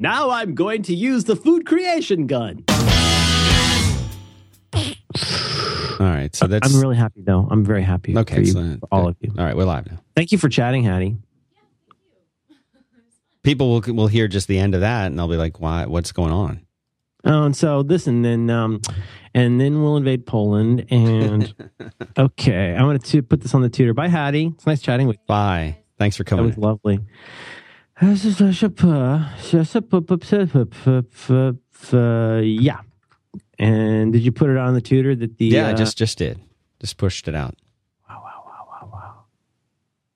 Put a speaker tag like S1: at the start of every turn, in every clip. S1: Now I'm going to use the food creation gun.
S2: All right. So that's
S3: I'm really happy though. I'm very happy.
S2: Okay,
S3: for you,
S2: excellent.
S3: for all
S2: Good.
S3: of you.
S2: all right. We're live now.
S3: Thank you for chatting, Hattie.
S2: People will will hear just the end of that, and they'll be like, "Why? What's going on?"
S3: Oh, and so this, and then, um, and then we'll invade Poland. And okay, I wanted to put this on the tutor. Bye, Hattie. It's nice chatting with. you.
S2: Bye. Thanks for
S3: That
S2: coming.
S3: was lovely. uh, uh, Yeah. And did you put it on the tutor that the?
S2: yeah, I
S3: uh,
S2: just just did. Just pushed it out.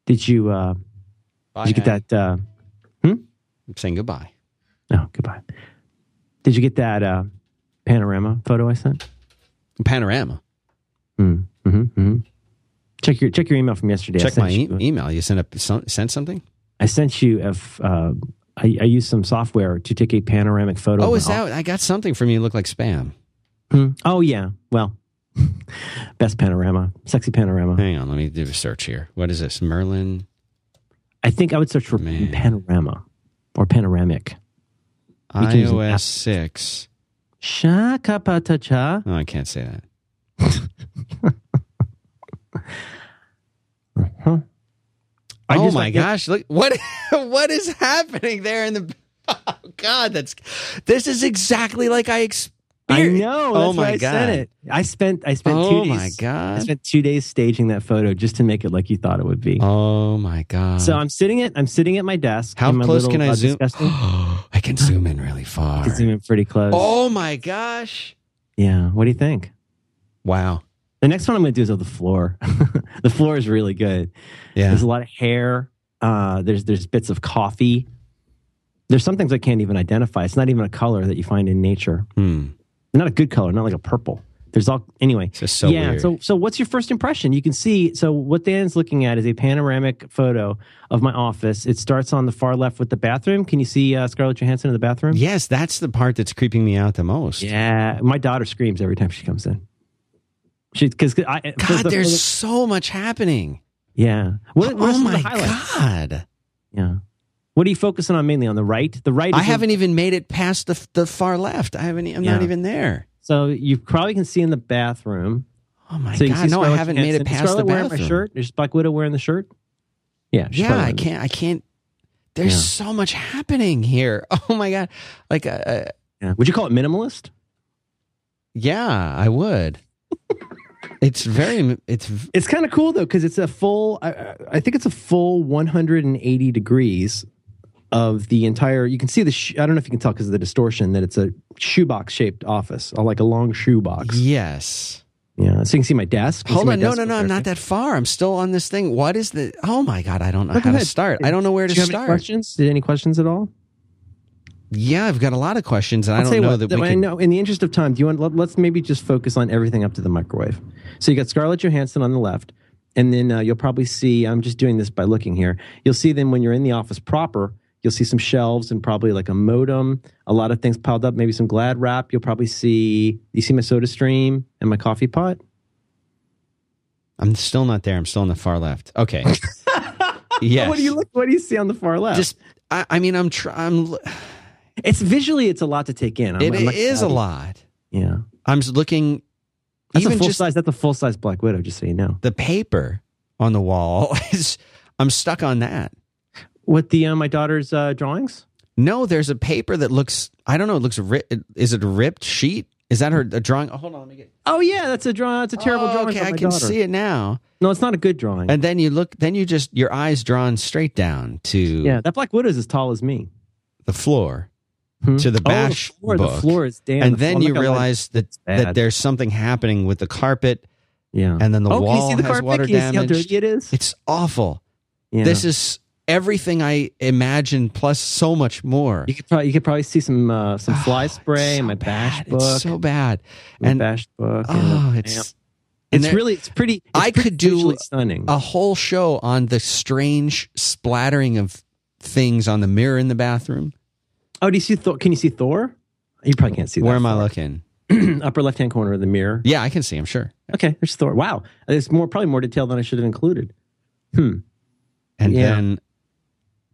S3: did you? Uh,
S2: Bye,
S3: did you get
S2: Hattie.
S3: that? Uh,
S2: I'm saying goodbye.
S3: no, Oh, goodbye. Did you get that uh, panorama photo I sent?
S2: Panorama.
S3: Mm, hmm hmm Check your check your email from yesterday. I
S2: Mm-hmm, Check
S3: sent
S2: my e-
S3: you,
S2: email. You sent a some, sent something.
S3: I sent you a. f- Uh, I, I used some software to take a panoramic photo.
S2: Oh,
S3: of
S2: is
S3: my-
S2: that? I got something from you. It looked like spam.
S3: Hmm. Oh yeah. Well, best panorama, sexy panorama.
S2: Hang on. Let me do a search here. What is this? Merlin.
S3: I think I would search for
S2: Man.
S3: panorama or panoramic. You can use an
S2: iOS
S3: app.
S2: six.
S3: Shaka patacha.
S2: Oh, I can't say that.
S3: Uh-huh. I
S2: oh
S3: just
S2: my
S3: like-
S2: gosh! Look what what is happening there in the. Oh God, that's this is exactly like I experienced.
S3: I know. That's
S2: oh my
S3: why I
S2: God!
S3: sent it. I spent I spent two
S2: Oh
S3: days.
S2: my
S3: I
S2: God!
S3: spent two days staging that photo just to make it like you thought it would be.
S2: Oh my God!
S3: So I'm sitting at I'm sitting at my desk.
S2: how
S3: in my
S2: close
S3: little,
S2: can I
S3: uh,
S2: zoom? Oh,
S3: disgusting-
S2: I can zoom in really far.
S3: You can zoom in pretty close.
S2: Oh my gosh!
S3: Yeah. What do you think?
S2: Wow!
S3: The next one I'm going to do is of the floor. the floor is really good.
S2: Yeah.
S3: There's a lot of hair. Uh, there's there's bits of coffee. There's some things I can't even identify. It's not even a color that you find in nature.
S2: Hmm.
S3: Not a good color. Not like a purple. There's all anyway.
S2: This is so
S3: yeah.
S2: weird.
S3: So so what's your first impression? You can see. So what Dan's looking at is a panoramic photo of my office. It starts on the far left with the bathroom. Can you see uh, Scarlett Johansson in the bathroom?
S2: yes, that's the part that's creeping me out the most.
S3: Yeah, my daughter screams every time she comes in. She because I
S2: God,
S3: the-
S2: there's so much happening.
S3: yeah. What, what are
S2: oh
S3: some of
S2: my
S3: the highlights?
S2: God!
S3: Yeah. What are you focusing on mainly on the right? The right. Is
S2: I
S3: the-
S2: haven't even made it past the the far left. I haven't. I'm not
S3: Yeah.
S2: even there.
S3: so you probably can see in the bathroom.
S2: Oh my
S3: so you can
S2: God!
S3: see
S2: No, I
S3: Scarlett
S2: haven't made
S3: Johansson. Is
S2: it past the
S3: Scarlett wearing
S2: bathroom.
S3: my shirt. There's Black Widow wearing the shirt. Yeah. she's
S2: Yeah,
S3: probably
S2: I
S3: wearing it.
S2: can't. I can't. There's
S3: Yeah.
S2: so much happening here. Oh my god! Like, uh, uh,
S3: Yeah. Would you call it minimalist?
S2: yeah, I would. it's very. It's v-
S3: It's kind of cool though because it's a full. I- I, I think it's a full 180 degrees of the entire. You can see the. Sh- I don't know if you can tell because of the distortion that it's a shoebox shaped office, or like a long shoebox.
S2: yes.
S3: Yeah, so you can see my desk. You can see
S2: Hold
S3: my
S2: on. No,
S3: desk
S2: no,
S3: over
S2: no. I'm
S3: there.
S2: not that far. I'm still on this thing. What is the? Oh my god! I don't know
S3: No, go
S2: how to
S3: ahead.
S2: start. I don't know where
S3: Do
S2: to
S3: you have any
S2: start.
S3: questions? Did any questions at all?
S2: Yeah, I've got a lot of questions, and I
S3: I'll tell
S2: don't
S3: you
S2: know
S3: what,
S2: that
S3: th-
S2: we
S3: I
S2: can.
S3: know- in the interest of time, do you want let, let's maybe just focus on everything up to the microwave. So you got Scarlett Johansson on the left, and then uh, you'll probably see. I'm just doing this by looking here. You'll see them when you're in the office proper. You'll see some shelves and probably like a modem, a lot of things piled up, maybe some Glad wrap. You'll probably see you see my Soda Stream and my coffee pot.
S2: I'm still not there. I'm still on the far left. Okay. yes.
S3: What do you look? What do you see on the far left?
S2: Just. I, I mean, I'm. Tr- I'm.
S3: it's visually, it's a lot to take in. I'm-
S2: It
S3: I'm not-
S2: is a lot.
S3: Yeah,
S2: I'm s- looking.
S3: that's
S2: even
S3: a full
S2: just
S3: size. That's a full size Black Widow. Just so you know.
S2: the paper on the wall is I'm stuck on that.
S3: What the uh, my daughter's uh, drawings?
S2: No, there's a paper that looks I don't know, it looks ri- is it a ripped sheet? Is that her a drawing? Oh, hold on, let me get.
S3: Oh yeah, that's a draw. That's a terrible
S2: oh,
S3: drawing.
S2: Okay,
S3: by
S2: I
S3: my
S2: can
S3: daughter.
S2: see it now.
S3: No, it's not a good drawing.
S2: And then you look, then you just your eyes drawn straight down to
S3: yeah, that Black Widow is as tall as me.
S2: the floor,
S3: Hmm?
S2: to the
S3: Oh,
S2: bash
S3: floor,
S2: book.
S3: the floor is damn.
S2: and
S3: the
S2: then
S3: floor-
S2: you
S3: look at my-
S2: realize that that
S3: bad.
S2: there's something happening with the carpet,
S3: yeah.
S2: and then the
S3: oh,
S2: wall
S3: can you see the
S2: has
S3: carpet?
S2: water
S3: can you see how
S2: damage.
S3: dirty it is?
S2: It's awful.
S3: yeah.
S2: This is everything I imagined, plus so much more.
S3: you could probably you could probably see some uh, some
S2: Oh,
S3: fly
S2: it's
S3: spray in
S2: so
S3: my bash
S2: bad.
S3: book,
S2: It's so bad.
S3: my
S2: and-
S3: bash book. and the-
S2: Oh,
S3: yeah.
S2: it's and
S3: it's
S2: there-
S3: really it's pretty. It's
S2: I
S3: pretty
S2: could do
S3: visually stunning.
S2: a whole show on the strange splattering of things on the mirror in the bathroom.
S3: oh, do you see Thor? Can you see Thor? You probably can't see.
S2: Where
S3: that
S2: am I
S3: far.
S2: looking?
S3: Upper left hand corner of the mirror.
S2: Yeah, I can see. I'm sure.
S3: Okay, there's Thor. Wow, there's more probably more detail than I should have included. Hmm.
S2: And
S3: Yeah.
S2: then,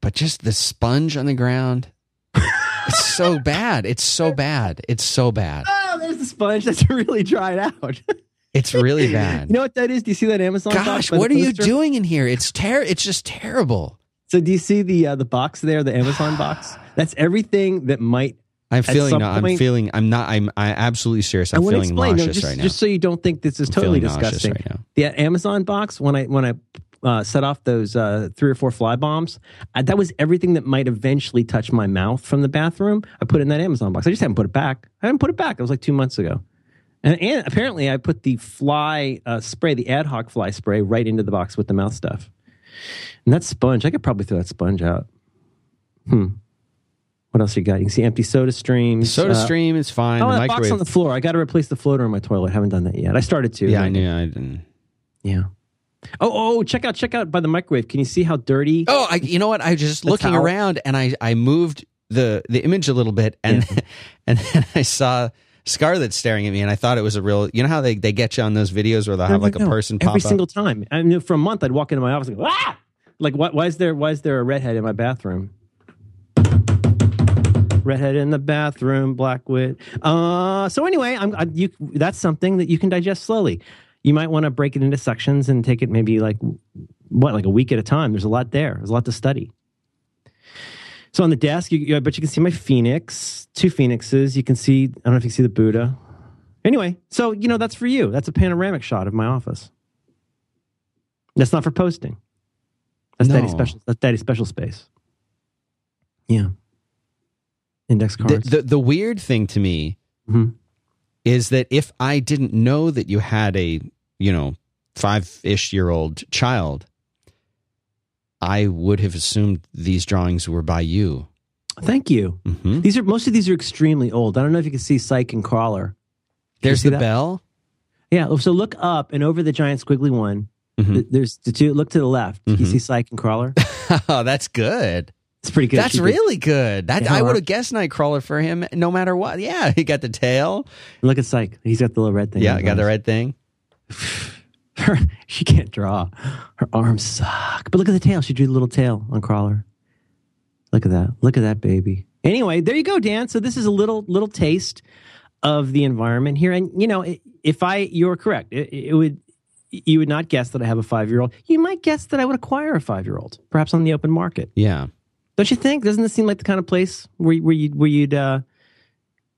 S2: but just the sponge on the ground. It's so bad. It's so bad. It's so bad.
S3: Oh, there's the sponge that's really dried out.
S2: It's really bad.
S3: you know what that is? Do you see that Amazon? box
S2: Gosh,
S3: by the
S2: what are you
S3: poster?
S2: doing in here? It's ter- It's just terrible.
S3: So do you see the uh, the box there, the Amazon box? That's everything that might.
S2: I'm feeling.
S3: some
S2: No, I'm
S3: point-
S2: feeling. I'm not. I'm. I absolutely serious. I'm
S3: I want to
S2: feeling
S3: explain.
S2: nauseous
S3: No, just,
S2: right now.
S3: just so you don't think this is
S2: I'm
S3: totally
S2: feeling nauseous
S3: disgusting.
S2: right now.
S3: The Amazon box when I when I uh, set off those uh, three or four fly bombs, I, that was everything that might eventually touch my mouth from the bathroom. I put it in that Amazon box. I just haven't put it back. I haven't put it back. It was like two months ago. And, and apparently, I put the fly uh, spray, the ad hoc fly spray, right into the box with the mouth stuff. And that sponge, I could probably throw that sponge out. Hmm. What else you got? You can see empty soda streams.
S2: Soda
S3: uh,
S2: stream is fine.
S3: Oh,
S2: the
S3: that box
S2: microwave.
S3: on the floor. I got to replace the floater in my toilet. I haven't done that yet. I started to.
S2: yeah, I knew. I didn't.
S3: Yeah. Oh, oh, check out, check out by the microwave. Can you see how dirty?
S2: Oh, I, you know what? I was just
S3: The
S2: looking
S3: towel?
S2: around and I, I moved the, the image a little bit and and then I saw Scarlett staring at me and I thought it was a real. You know how they, they get you on those videos where they'll have
S3: No,
S2: like a
S3: no, no.
S2: person pop
S3: every
S2: up.
S3: single time. I mean, for a month, I'd walk into my office and go, ah, like why, why is there why is there a redhead in my bathroom? Redhead in the bathroom, black wit. Uh, so anyway, I'm I, you. That's something that you can digest slowly. You might want to break it into sections and take it maybe like what, like a week at a time. There's a lot there. There's a lot to study. So on the desk, you, you, I bet you can see my phoenix, two phoenixes. You can see. I don't know if you can see the Buddha. Anyway, so you know that's for you. That's a panoramic shot of my office. That's not for posting. That's
S2: No.
S3: daddy special. That's daddy special space. Yeah. Index
S2: the,
S3: cards.
S2: the the weird thing to me
S3: Mhm.
S2: is that if I didn't know that you had a you know five ish year old child, I would have assumed these drawings were by you.
S3: Thank you.
S2: hmm
S3: These are most of these are extremely old. I don't know if you can see Psych and Crawler.
S2: There's
S3: see
S2: the
S3: that?
S2: bell.
S3: Yeah. oh, So look up and over the giant squiggly one.
S2: Mhm.
S3: th- There's the two. Look to the left. You
S2: Mhm.
S3: see Psych and Crawler.
S2: oh, that's good.
S3: It's pretty good.
S2: That's
S3: She did-
S2: really good. That I
S3: Yeah.
S2: would have guessed Nightcrawler for him, no matter what. Yeah, he got the tail.
S3: Look at Psych. He's got the little red thing.
S2: Yeah,
S3: on his
S2: got the
S3: arms.
S2: right thing.
S3: her, she can't draw. Her arms suck. But look at the tail. She drew the little tail on Crawler. Look at that. Look at that baby. Anyway, there you go, Dan. So this is a little little taste of the environment here, and you know, i- if I you're correct, it, it would you would not guess that I have a five year old. You might guess that I would acquire a five year old, perhaps on the open market.
S2: Yeah,
S3: Don't you think? Doesn't this seem like the kind of place where where you where you'd uh,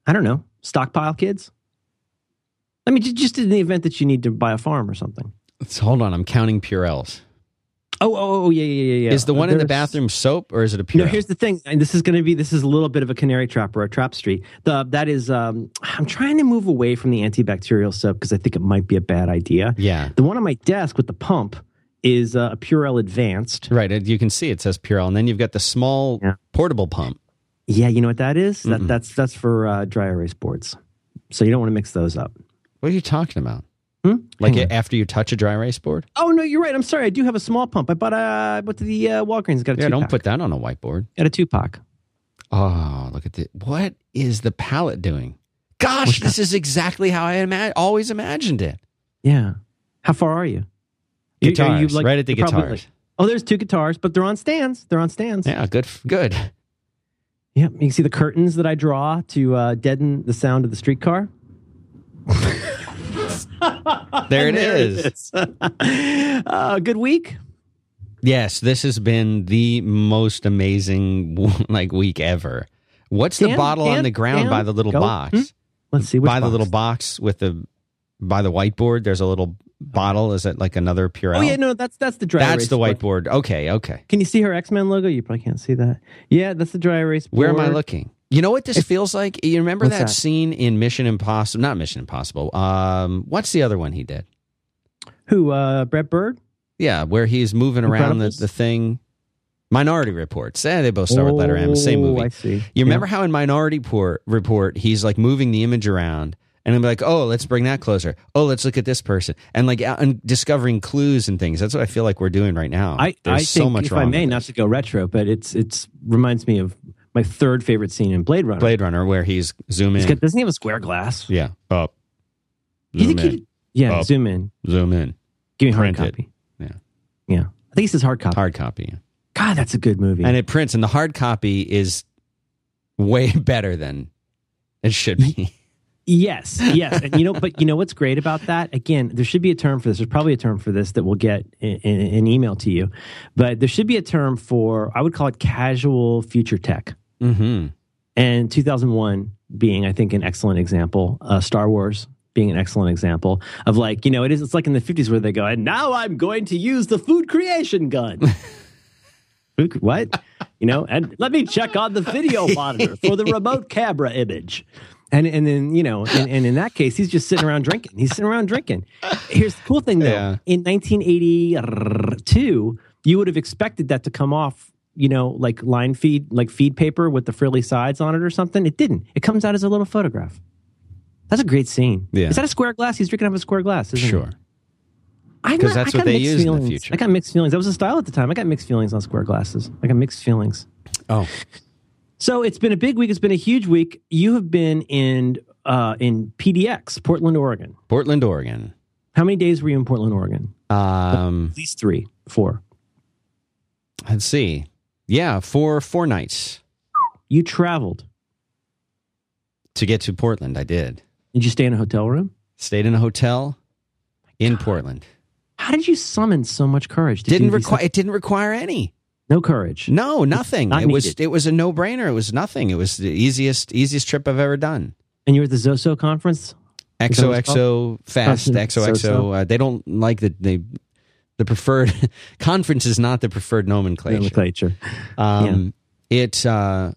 S3: I don't know stockpile kids? I mean, ju- just in the event that you need to buy a farm or something.
S2: Let's- hold on. I'm counting Purells.
S3: Oh, oh, oh, yeah, yeah, yeah, yeah.
S2: Is the
S3: Uh,
S2: one in the
S3: there's-
S2: bathroom soap or is it a
S3: No,
S2: Purell?
S3: here's the thing, and this is going to be this is a little bit of a canary trap or a trap street. The that is, um, I'm trying to move away from the antibacterial soap because I think it might be a bad idea.
S2: yeah,
S3: The one on my desk with the pump is uh, a Purell Advanced.
S2: right. and You can see it says Purell, and then you've got the small
S3: Yeah.
S2: portable pump.
S3: Yeah, you know what that is? That
S2: Mm-mm.
S3: that's that's for uh, dry erase boards. So you don't want to mix those up.
S2: What are you talking about?
S3: Hmm?
S2: Like
S3: Hang on.
S2: it, after you touch a dry erase board?
S3: Oh no, you're right. I'm sorry. I do have a small pump. I bought a I bought the uh, Walgreens. Got a
S2: Yeah,
S3: two
S2: don't
S3: pack.
S2: put that on a whiteboard.
S3: got a two pack.
S2: Oh, look at this. What is the palette doing? Gosh, this is exactly how I ima- always imagined it.
S3: Yeah. How far are you? You- are you,
S2: Guitars,
S3: like-
S2: right at the
S3: you're probably,
S2: guitars.
S3: like, Oh, there's two guitars, but they're on stands. They're on stands.
S2: Yeah, good, f- good.
S3: Yep. You can see the curtains that I draw to uh, deaden the sound of the streetcar.
S2: There it
S3: And
S2: is.
S3: is. uh, good week.
S2: Yes, this has been the most amazing like week ever. What's the
S3: Dan,
S2: bottle on
S3: Dan,
S2: the ground
S3: Dan,
S2: by the little
S3: go.
S2: box?
S3: Hmm? Let's see. Which
S2: By the
S3: box?
S2: little box with the by the whiteboard. There's a little bottle. Is it like another Purell?
S3: Oh yeah, no, that's that's the dry.
S2: that's
S3: erase
S2: the
S3: board.
S2: whiteboard. Okay, okay.
S3: Can you see her X Men logo? You probably can't see that. Yeah, that's the dry erase.
S2: Where am I
S3: board.
S2: looking? You know what this feels like? You remember
S3: What's
S2: that,
S3: that?
S2: scene in Mission Impossible? Not Mission Impossible. Um, what's the other one he did?
S3: Who? Uh, Brett Bird.
S2: Yeah, where he's moving around the,
S3: Incredibles?
S2: the thing. Minority Reports. Eh, they both start with letter M. Same
S3: Oh,
S2: movie.
S3: I see.
S2: You remember how in Minority Por- Report he's like moving the image around and I'm like, oh, let's bring that closer. Oh, let's look at this person and like out- and discovering clues and things. That's what I feel like we're doing right now.
S3: Yeah. I,
S2: There's
S3: I
S2: so
S3: think
S2: much
S3: if
S2: wrong.
S3: I may,
S2: with
S3: not to go retro, but it's it's reminds me of my third favorite scene in Blade Runner.
S2: Blade Runner where he's zooming.
S3: He's got- doesn't he have a square glass?
S2: yeah, up,
S3: You
S2: zoom
S3: think he
S2: in,
S3: did- yeah,
S2: Up.
S3: zoom in.
S2: zoom in,
S3: Give me hard
S2: Print it.
S3: copy.
S2: Yeah.
S3: yeah. I think he says hard copy.
S2: hard copy,
S3: God, that's a good movie.
S2: and it prints. And the hard copy is way better than it should be.
S3: Yes, yes, and you know, but you know what's great about that? Again, there should be a term for this. There's probably a term for this that we'll get in, in, in an email to you, but there should be a term for I would call it casual future tech.
S2: Mm-hmm.
S3: And 2001 being, I think, an excellent example. Uh, Star Wars being an excellent example of like you know it is. It's like in the 50s where they go, and now I'm going to use the food creation gun. Food cre- what? You know, and let me check on the video monitor for the remote camera image. And and then you know, and, and in that case, he's just sitting around drinking. He's sitting around drinking. Here's the cool thing though:
S2: Yeah.
S3: in 1982, you would have expected that to come off, you know, like line feed, like feed paper with the frilly sides on it or something. It didn't. It comes out as a little photograph. That's a great scene.
S2: Yeah.
S3: Is that a square glass? He's drinking out of a square glass, isn't it?
S2: Sure.
S3: I'm
S2: 'Cause
S3: not-
S2: that's
S3: I got
S2: what they
S3: mixed
S2: use in the
S3: feelings.
S2: future.
S3: I got mixed feelings. That was a style at the time. I got mixed feelings on square glasses. I got mixed feelings.
S2: Oh,
S3: So it's been a big week. It's been a huge week. You have been in uh, in PDX, Portland, Oregon.
S2: Portland, Oregon.
S3: How many days were you in Portland, Oregon?
S2: Um,
S3: At least three, four.
S2: let's see. Yeah, for four nights
S3: You traveled.
S2: to get to Portland, I did.
S3: Did you stay in a hotel room?
S2: Stayed in a hotel in Portland.
S3: How did you summon so much courage? to
S2: Didn't
S3: do these
S2: require
S3: things?
S2: it. Didn't require any.
S3: no courage.
S2: No, nothing.
S3: not
S2: it was
S3: needed.
S2: it was a no brainer. It was nothing. It was the easiest easiest trip I've ever done.
S3: And you were at the Zoso conference. Is that what it's
S2: XOXO fast
S3: Constant so-so.
S2: XOXO. Uh, they don't like the they the preferred conference is not the preferred nomenclature.
S3: Nomenclature.
S2: Um, It uh,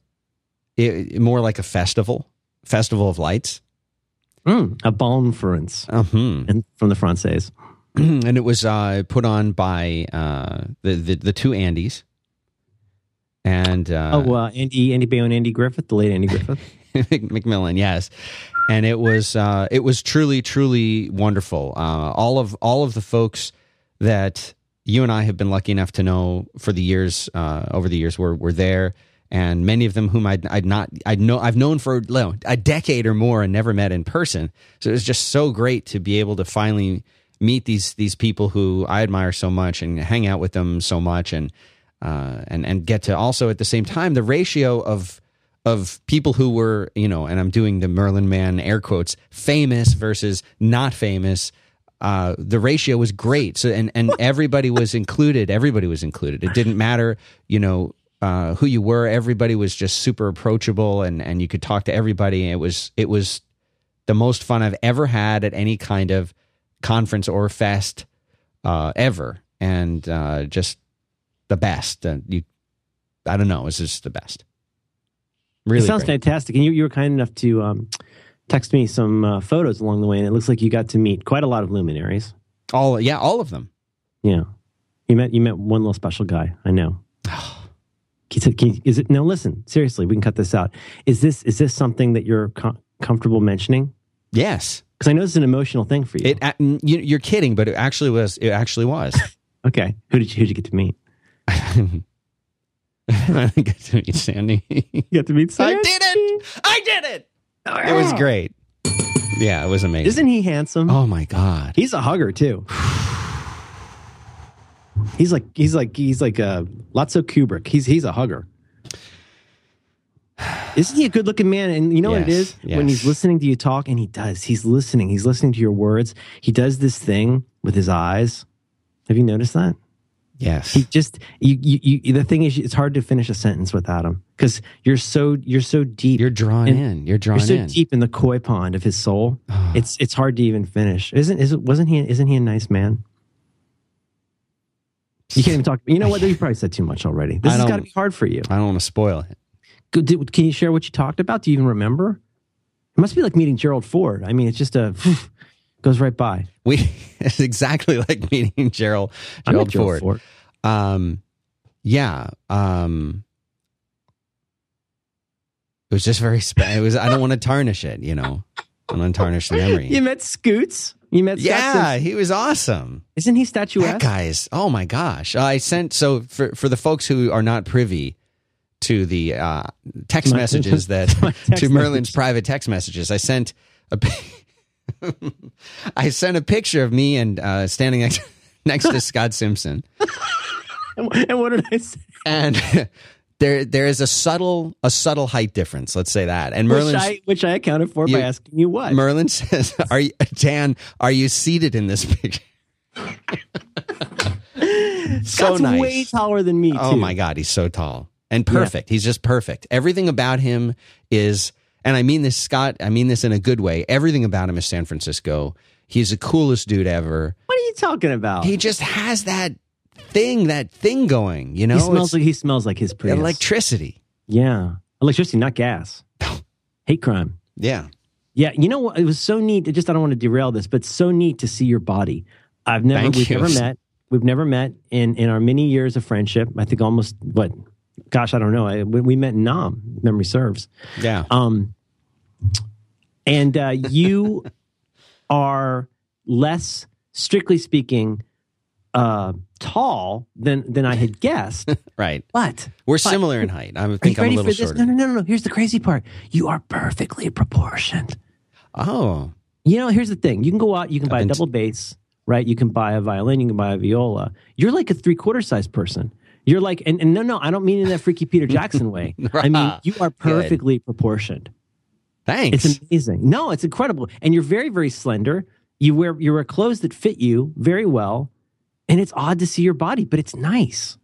S2: it more like a festival, festival of lights.
S3: Mm, a bonference
S2: Uh-huh.
S3: and from the Francaise.
S2: and it was uh, put on by uh, the, the the two Andes. And uh,
S3: oh, uh, Andy, Andy Bayo and Andy Griffith, the late Andy Griffith.
S2: McMillan, yes. And it was uh, it was truly truly wonderful. Uh, all of all of the folks that you and I have been lucky enough to know for the years uh, over the years were were there, and many of them whom I'd, I'd not I'd know I've known for you know, a decade or more and never met in person. So it was just so great to be able to finally meet these these people who I admire so much and hang out with them so much and uh, and and get to also at the same time the ratio of of people who were you know and I'm doing the Merlin man air quotes famous versus not famous. Uh, the ratio was great, so and and everybody was included. Everybody was included. It didn't matter, you know, uh, who you were. Everybody was just super approachable, and and you could talk to everybody. It was it was the most fun I've ever had at any kind of conference or fest uh, ever, and uh, just the best. And you, I don't know, it's just the best. Really,
S3: it sounds
S2: great.
S3: fantastic. And you, you were kind enough to um, text me some uh, photos along the way, and it looks like you got to meet quite a lot of luminaries.
S2: all yeah, all of them.
S3: Yeah, you met you met one little special guy. I know. He said, can you- "Is it now? Listen, seriously, we can cut this out. Is this is this something that you're com- comfortable mentioning?
S2: Yes,
S3: Because I know it's an emotional thing for you.
S2: it. a- n- you- You're kidding, but it actually was. It actually was.
S3: okay, who did you, who did you get to meet?
S2: I think I did it, Sandy.
S3: You got to meet.
S2: I did it. I did it. It was great. Yeah, it was amazing.
S3: Isn't he handsome?
S2: oh my god.
S3: He's a hugger too. He's like he's like he's like uh lots of Kubrick. He's he's a hugger. Isn't he a good looking man? And you know what it
S2: Yes,
S3: is? When
S2: yes.
S3: he's listening to you talk, and he does, he's listening, he's listening to your words. He does this thing with his eyes. Have you noticed that?
S2: Yes.
S3: He just you you, you the thing is it's hard to finish a sentence without him because you're so you're so deep.
S2: You're drawn
S3: And
S2: in. You're
S3: You're
S2: drawn
S3: so
S2: in. Oh.
S3: deep in the koi pond of his soul. It's it's hard to even finish. Isn't is wasn't he isn't he a nice man? You can't even talk. You know what? You probably said too much already. This
S2: I
S3: has
S2: don't-
S3: got to be hard for you.
S2: I don't want to spoil it.
S3: Go- do- Can you share what you talked about? Do you even remember? It must be like meeting Gerald Ford. I mean, it's just a goes right by.
S2: We it's exactly like meeting Gerald
S3: I met
S2: Gerald Ford.
S3: Ford.
S2: Um, yeah. Um, it was just very. Spe- it was. I don't want to tarnish it. You know, I don't want to tarnish the memory.
S3: You met Scoots. You met Scott
S2: yeah,
S3: Simpson.
S2: he was awesome.
S3: Isn't he
S2: That
S3: statuesque?
S2: guy is. Oh my gosh! I sent so for for the folks who are not privy to the uh, text
S3: My-
S2: messages that
S3: my text
S2: to Merlin's
S3: message.
S2: private text messages. I sent a pi- I sent a picture of me and uh, standing next next to Scott Simpson.
S3: And what did I say?
S2: and there there is a subtle a subtle height difference. Let's say that. And
S3: which
S2: Merlin
S3: I, which I accounted for
S2: You-
S3: by asking you what.
S2: Merlin says, "Are you, Dan? Are you seated in this picture?" so
S3: Scott's
S2: nice.
S3: way taller than me. Too.
S2: Oh my God, he's so tall and perfect. He's just perfect. Everything about him is, and I mean this, Scott. I mean this in a good way. Everything about him is San Francisco. He's the coolest dude ever.
S3: What are you talking about?
S2: He just has that thing, that thing going. You know,
S3: He smells
S2: It's
S3: like he smells like his Prius.
S2: electricity.
S3: yeah, electricity, not gas. Hate crime.
S2: Yeah,
S3: Yeah, you know what? It was so neat. It just I don't want to derail this, but so neat to see your body. I've never
S2: Thank
S3: we've
S2: you.
S3: never met. We've never met in in our many years of friendship. I think almost what? Gosh, I don't know. I, we, we met in Nam. if Memory serves.
S2: yeah.
S3: Um, and uh, you are less, strictly speaking, uh, tall than than I had guessed.
S2: Right.
S3: But
S2: We're
S3: But-
S2: similar in height. I
S3: are
S2: think
S3: you
S2: I'm
S3: ready
S2: a
S3: for
S2: little
S3: this? No,
S2: shorter.
S3: no, no, no, no. Here's the crazy part. You are perfectly proportioned.
S2: Oh,
S3: You know, here's the thing. You can go out, you can buy a
S2: been t-
S3: double bass, right? You can buy a violin, you can buy a viola. You're like a three quarter size person. You're like, and, and no, no, I don't mean in that freaky Peter Jackson way. I mean, you are perfectly proportioned.
S2: Ah, thanks.
S3: It's amazing. No, it's incredible. And you're very, very slender. You wear you wear clothes that fit you very well. And it's odd to see your body, but it's nice.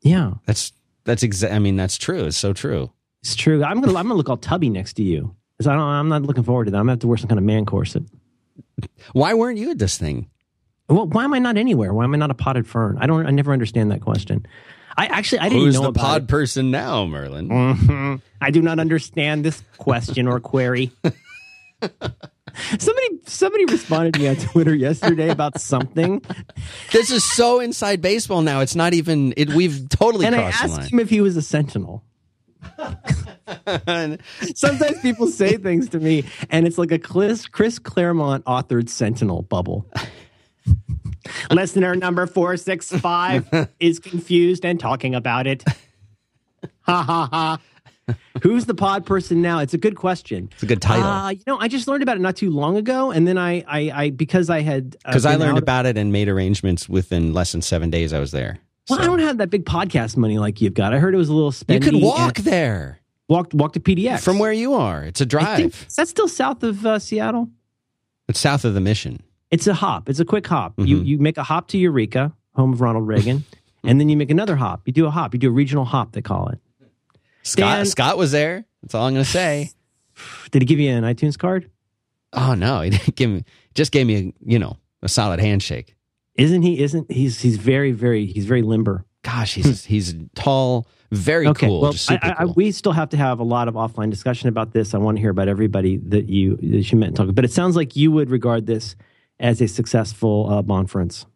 S3: Yeah,
S2: that's that's exa- I mean, that's true. It's so true.
S3: it's true. I'm gonna I'm gonna look all tubby next to you. 'Cause I don't, I'm not looking forward to that. I'm gonna have to wear some kind of man corset.
S2: Why weren't you at this thing?
S3: Well, why am I not anywhere? Why am I not a potted fern? I don't. I never understand that question. I actually I didn't
S2: Who's
S3: know
S2: the
S3: about
S2: pod
S3: it.
S2: person now, Merlin?
S3: Mhm. I do not understand this question or query. somebody somebody responded to me on Twitter yesterday about something,
S2: This is so inside baseball now. It's not even. It, we've totally
S3: and I
S2: crossed the
S3: asked him if he was a sentinel.
S2: line.
S3: Sometimes people say things to me, and it's like a Chris, Chris Claremont authored sentinel bubble. Listener number 465 is confused and talking about it. Ha ha ha. Who's the pod person now? It's a good question.
S2: it's a good title
S3: Uh, you know, I just learned about it not too long ago, and then I, I, I because I had uh,
S2: because I
S3: been
S2: learned
S3: out-
S2: about it and made arrangements within less than seven days. I was there.
S3: Well, I
S2: So-
S3: don't have that big podcast money like you've got. I heard it was a little spendy.
S2: you could
S3: and-
S2: walk there
S3: walk, walk to PDX
S2: from where you are. It's a
S3: I think,
S2: drive.
S3: is that still south of uh, Seattle?
S2: It's south of the Mission.
S3: It's a hop. It's a quick hop. You
S2: Mhm.
S3: you make a hop to Eureka, home of Ronald Reagan, and then you make another hop. You do a hop. You do a regional hop. They call it.
S2: Scott
S3: Dan-
S2: Scott was there. That's all I'm going to say.
S3: Did he give you an iTunes card?
S2: Oh no, he didn't give me. Just gave me a you know a solid handshake.
S3: Isn't he? Isn't he's he's very very he's very limber.
S2: gosh, he's he's tall, very
S3: Hmm. okay.
S2: cool.
S3: well,
S2: just
S3: I,
S2: super
S3: I, I-
S2: cool.
S3: we still have to have a lot of offline discussion about this. I want to hear about everybody that you that you met and talked. But it sounds like you would regard this as a successful uh, conference,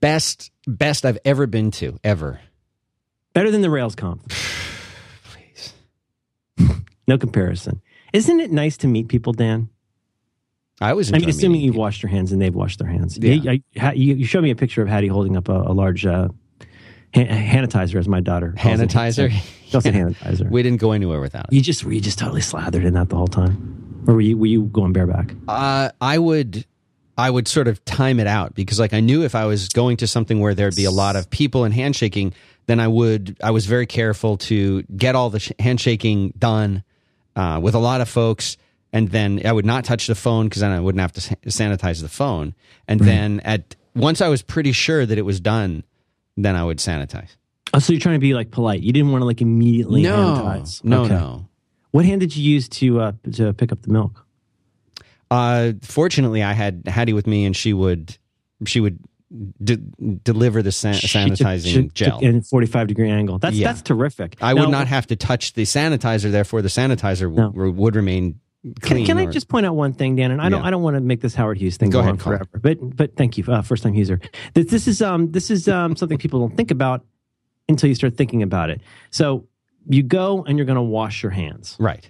S2: best best I've ever been to ever.
S3: better than the Rails Conf.
S2: Please.
S3: No comparison. Isn't it nice to meet people, Dan?
S2: I always.
S3: I
S2: Enjoy
S3: mean, assuming
S2: meeting
S3: you've
S2: people.
S3: washed your hands and they've washed their hands.
S2: Yeah.
S3: You, I- ha- you, you showed me a picture of Hattie holding up a, a large uh, han- sanitizer, as my daughter calls it.
S2: sanitizer.
S3: She calls it sanitizer.
S2: we didn't go anywhere without it.
S3: you just were you just totally slathered in that the whole time, or were you were you going bareback?
S2: Uh, I would. I would sort of time it out because, like, I knew if I was going to something where there'd be a lot of people and handshaking, then I would. I was very careful to get all the sh- handshaking done uh, with a lot of folks, and then I would not touch the phone because then I wouldn't have to sa- sanitize the phone. And then at once I was pretty sure that it was done, then I would sanitize.
S3: Oh, so you're trying to be like polite. You didn't want to like immediately sanitize.
S2: no,
S3: Okay.
S2: no.
S3: What hand did you use to uh, to pick up the milk?
S2: Uh, fortunately, I had Hattie with me, and she would she would de- deliver the san-
S3: She took-
S2: sanitizing
S3: she took
S2: gel.
S3: it in a 45 degree angle. That's
S2: Yeah.
S3: that's terrific.
S2: I
S3: Now,
S2: would not have to touch the sanitizer. Therefore, the sanitizer
S3: No.
S2: w- w- would remain
S3: Can,
S2: clean.
S3: can I
S2: or-
S3: just point out one thing, Dan? And I don't,
S2: Yeah.
S3: I don't want to make this Howard Hughes thing
S2: Go
S3: go,
S2: ahead,
S3: on
S2: Colin.
S3: forever. But, but thank you, uh, first time user. This, this is, um, this is um, something people don't think about until you start thinking about it. So you go and you're going to wash your hands.
S2: right?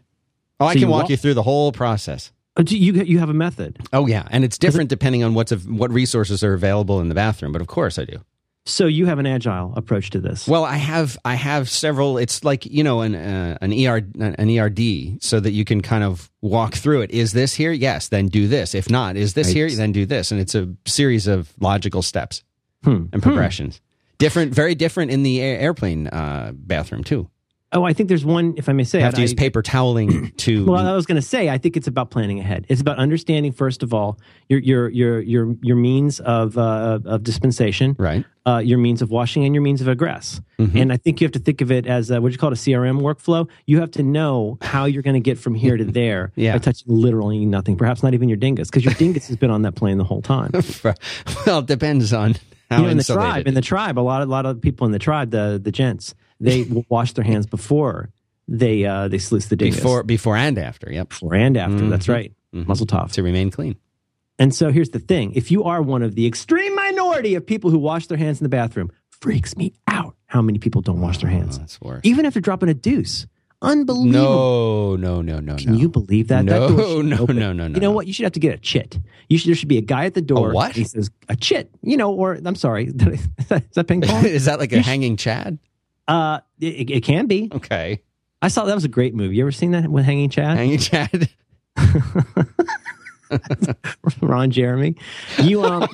S2: Oh, I
S3: So
S2: can
S3: you
S2: walk
S3: wa-
S2: you through the whole process.
S3: Uh, do You, you have a method.
S2: Oh yeah, and it's different depending on what's av- what resources are available in the bathroom. But of course, I do.
S3: So you have an agile approach to this.
S2: Well, I have I have several. It's like you know an uh, an er an ERD, so that you can kind of walk through it. Is this here? Yes, then do this. If not, is this
S3: Right.
S2: here? Then do this. And it's a series of logical steps
S3: Hmm.
S2: and progressions. Different, very different in the air- airplane uh, bathroom too.
S3: Oh, I think there's one. If I may say,
S2: have to
S3: I,
S2: use paper toweling to.
S3: Well, uh, I was going to say, I think it's about planning ahead. It's about understanding first of all your your your your your means of uh, of dispensation,
S2: Right.
S3: Uh, your means of washing and your means of egress.
S2: Mm-hmm.
S3: And I think you have to think of it as a, what you call it, a CRM workflow. You have to know how you're going to get from here to there
S2: Yeah.
S3: by touching literally nothing, perhaps not even your dingus, because your dingus has been on that plane the whole time.
S2: well, it depends on how
S3: you know, in the
S2: insulated.
S3: tribe, in the tribe, a lot of lot of people in the tribe, the the gents, they will wash their hands before they uh, they sluice the dingus.
S2: before, before and after. Yep.
S3: Before and after. That's
S2: Mhm.
S3: right.
S2: Mhm.
S3: Muzzle tough.
S2: To remain clean.
S3: And so here's the thing: if you are one of the extreme minority of people who wash their hands in the bathroom, freaks me out how many people don't wash their hands,
S2: Oh, that's worse.
S3: even after dropping a deuce. Unbelievable.
S2: No, no, no, no,
S3: Can
S2: no.
S3: you believe that?
S2: No,
S3: that door should be
S2: no,
S3: open.
S2: no, no, no,
S3: You know
S2: no.
S3: what? You should have to get a chit. You should, there should be a guy at the door.
S2: what?
S3: and He says a chit. You know, or I'm sorry, is that ping pong?
S2: Is that like a
S3: You should-
S2: hanging Chad?
S3: Uh, it, it can be.
S2: Okay.
S3: I saw that was a great movie. You ever seen that with Hanging Chad?
S2: Hanging Chad.
S3: Ron Jeremy. You um.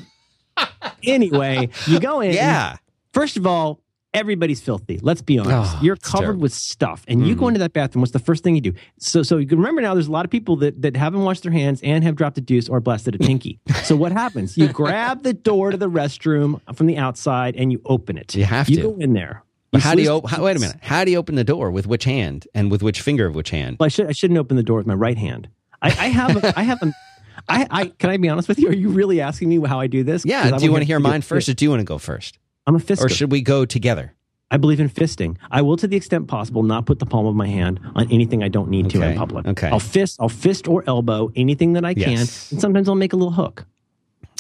S3: anyway, you go in.
S2: Yeah.
S3: First of all, everybody's filthy. Let's be honest.
S2: Oh,
S3: You're
S2: it's
S3: covered
S2: terrible. Mm-hmm.
S3: with stuff, and you go into that bathroom. What's the first thing you do? So, so you can remember now. There's a lot of people that that haven't washed their hands and have dropped a deuce or blasted a tinky. so what happens? You grab the door to the restroom from the outside and you open it.
S2: You have
S3: You
S2: to.
S3: go in there.
S2: But how do you
S3: sluice
S2: op-
S3: the
S2: how, wait a
S3: deuce.
S2: minute? How do you open the door with which hand and with which finger of which hand?
S3: Well, I should I shouldn't open the door with my right hand. I, I have a, I have a, I, I can I be honest with you? Are you really asking me how I do this? 'Cause
S2: Yeah.
S3: I
S2: Do you
S3: would
S2: want to
S3: have
S2: hear
S3: do
S2: mine
S3: it.
S2: first, or do you want to go first,
S3: I'm a fister.
S2: or should we go together?
S3: I believe in fisting. I will, to the extent possible, not put the palm of my hand on anything I don't need to
S2: Okay,
S3: in public.
S2: okay.
S3: I'll fist. I'll fist or elbow anything that I can,
S2: Yes.
S3: and sometimes I'll make a little hook.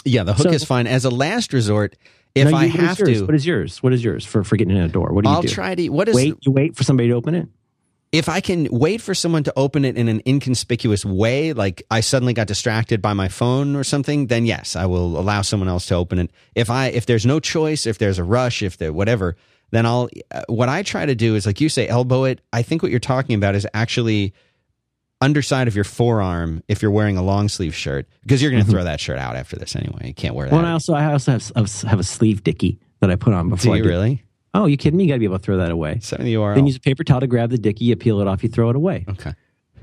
S2: Yeah, the hook
S3: So-
S2: is fine as a last resort. If
S3: Now,
S2: I
S3: you- what is
S2: have
S3: yours?
S2: to,
S3: what is yours? What is yours for for getting in a door? What do you
S2: I'll
S3: do?
S2: try to. What is
S3: wait. You wait for somebody to open it.
S2: if I can wait for someone to open it in an inconspicuous way, like I suddenly got distracted by my phone or something, then yes, I will allow someone else to open it. If I if there's no choice, if there's a rush, if there whatever, then I'll uh, what I try to do is like you say elbow it. I think what you're talking about is actually underside of your forearm if you're wearing a long sleeve shirt because you're going to throw that shirt out after this anyway. You can't wear that.
S3: Mm-hmm. Well, and I also I also have, s- have a sleeve dicky that I put on
S2: do
S3: before. I
S2: you
S3: do-
S2: really?
S3: Oh, you kidding me? You got to be able to throw that away.
S2: Send me the URL.
S3: Then use a paper towel to grab the dicky, you peel it off, you throw it away.
S2: okay.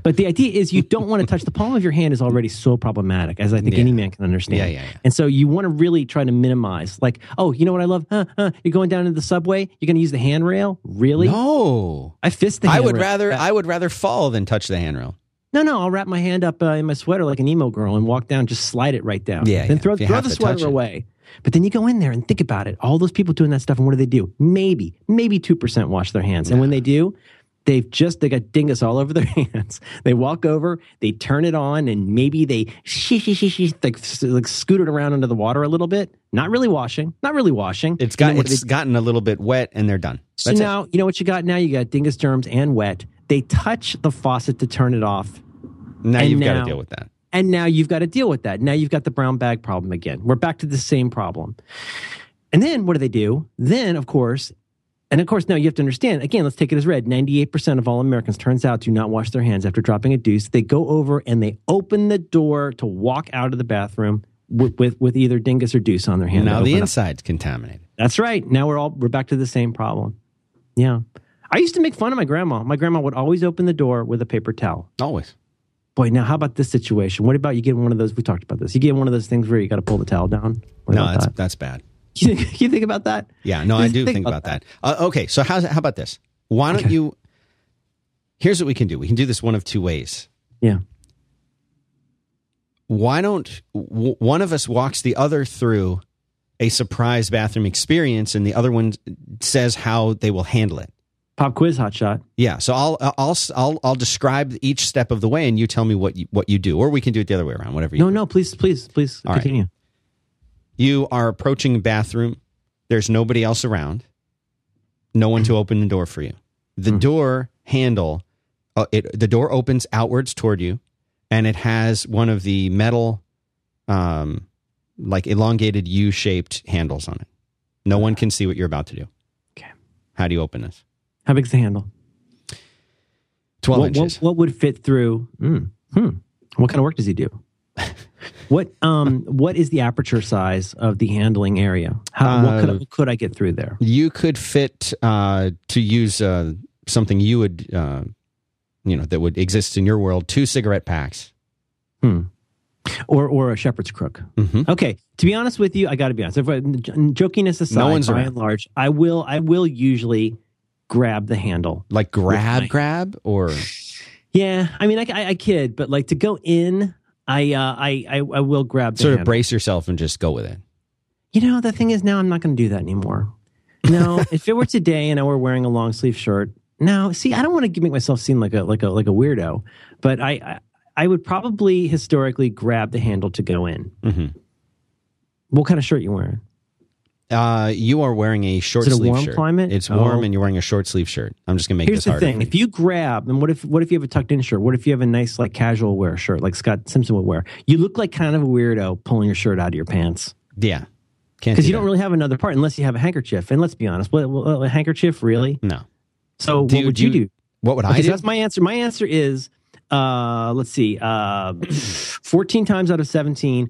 S3: But the idea is you don't want to touch the palm of your hand is already so problematic, as I think
S2: Yeah.
S3: any man can understand.
S2: Yeah, yeah, yeah.
S3: And so you want to really try to minimize, like, oh, you know what I love? Huh, huh, you're going down into the subway, you're going to use the handrail? Really?
S2: No.
S3: I fist the
S2: I
S3: handrail.
S2: would rather I would rather fall than touch the handrail.
S3: No, no, I'll wrap my hand up uh, in my sweater like an emo girl and walk down, just slide it right down.
S2: Yeah,
S3: Then
S2: yeah.
S3: throw,
S2: If you
S3: throw
S2: have
S3: the
S2: to touch
S3: sweater
S2: it.
S3: away. But then you go in there and think about it. All those people doing that stuff, and what do they do? Maybe, maybe 2% wash their hands. And when they do, they've just, they got dingus all over their hands. They walk over, they turn it on, and maybe they shee, shee, shee, shee, like, s- like scoot it around under the water a little bit. Not really washing, not really washing.
S2: It's got
S3: And then what do
S2: it's gotten a little bit wet and they're done.
S3: so
S2: That's it.
S3: now you know what you got. Now you got dingus germs and wet. They touch the faucet to turn it off,
S2: now
S3: and
S2: you've got to
S3: now-
S2: deal with that.
S3: and now you've got to deal with that. Now you've got the brown bag problem again. We're back to the same problem. And then what do they do? Then, of course, and of course, now you have to understand again, let's take it as read 98% of all Americans, turns out, do not wash their hands after dropping a deuce. They go over and they open the door to walk out of the bathroom with, with, with either dingus or deuce on their hand.
S2: now
S3: They
S2: the
S3: open up.
S2: inside's contaminated.
S3: That's right. Now we're all we're back to the same problem. Yeah. I used to make fun of my grandma. My grandma would always open the door with a paper towel.
S2: Always.
S3: Boy, now how about this situation? What about you getting one of those? We talked about this. You get one of those things where you got to pull the towel down. What
S2: No,
S3: about
S2: that's
S3: that?
S2: that's bad.
S3: You think, you think about that?
S2: Yeah, no, I
S3: Just
S2: do think, about that. Uh, okay, so how's, how about this? Why don't you? Here's what we can do. We can do this one of two ways.
S3: Yeah.
S2: Why don't w- one of us walks the other through a surprise bathroom experience, and the other one says how they will handle it?
S3: Pop quiz, hot shot.
S2: Yeah, so I'll I'll I'll, I'll describe each step of the way, and you tell me what you, what you do, or we can do it the other way around, whatever. you
S3: No, no, please, please, please
S2: All right.
S3: continue.
S2: You are approaching a bathroom. There's nobody else around. No one to open the door for you. The door handle, uh, it, the door opens outwards toward you, and it has one of the metal, um, like elongated U-shaped handles on it. No one can see what you're about to do.
S3: Okay.
S2: How do you open this?
S3: How big's the handle?
S2: Twelve
S3: what, what,
S2: inches.
S3: what would fit through? Mm, hmm. What kind of work does he do? what um what is the aperture size of the handling area? How what could,
S2: Uh,
S3: I- could I get through there?
S2: You could fit uh, to use uh, something you would, uh, you know, that would exist in your world, two cigarette packs.
S3: or or a shepherd's crook.
S2: Mm-hmm.
S3: Okay, to be honest with you, I got to be honest. If, I- j- jokiness aside,
S2: No one's
S3: by
S2: around.
S3: and large, I will I will usually grab the handle.
S2: Like grab,
S3: Right.
S2: grab, or
S3: Yeah, I mean, I, I, I kid, but like to go in, I uh, I, I I will grab the
S2: sort of
S3: handle.
S2: brace yourself and just go with it.
S3: You know, the thing is, now I'm not going to do that anymore. No, if it were today and I were wearing a long sleeve shirt, no. See, I don't want to make myself seem like a like a like a weirdo, but I I, I would probably historically grab the handle to go in.
S2: hmm
S3: What kind of shirt you wearing?
S2: Uh, you are wearing a short
S3: Is it a
S2: sleeve
S3: warm
S2: shirt.
S3: climate?
S2: It's warm,
S3: Oh.
S2: and you're wearing a short sleeve shirt. I'm just gonna make
S3: Here's
S2: this
S3: the
S2: harder.
S3: thing: if you grab, and what if what if you have a tucked in shirt? What if you have a nice like casual wear shirt, like Scott Simpson would wear? You look like kind of a weirdo pulling your shirt out of your pants.
S2: Yeah, can't
S3: because
S2: do
S3: you don't
S2: that.
S3: really have another part unless you have a handkerchief. And let's be honest, what, what- a handkerchief really?
S2: No.
S3: So
S2: Do
S3: what
S2: you-
S3: would
S2: do
S3: you,
S2: you-
S3: do?
S2: What would I
S3: Okay, so
S2: do?
S3: that's my answer. My answer is, uh, let's see, uh, fourteen times out of seventeen,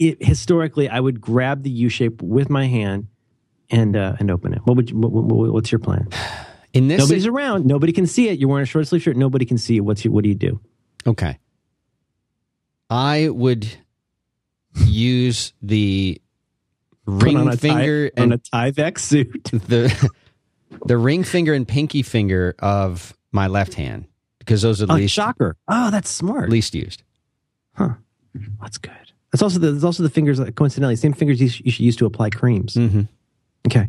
S3: it, historically, I would grab the U shape with my hand and uh, and open it. What would you, what, what, what's your plan?
S2: In this,
S3: Nobody's around. Nobody can see it. You're wearing a short sleeve shirt. Nobody can see it. What's your, what do you do?
S2: Okay. I would use the
S3: Put
S2: ring
S3: on a
S2: finger
S3: tie,
S2: and
S3: on a Tyvek suit.
S2: the the ring finger and pinky finger of my left hand because those are the
S3: Oh,
S2: least
S3: shocker! Oh, that's smart.
S2: least used.
S3: That's good. That's also the that's also the fingers that coincidentally same fingers you, sh- you should use to apply creams.
S2: Mhm.
S3: Okay,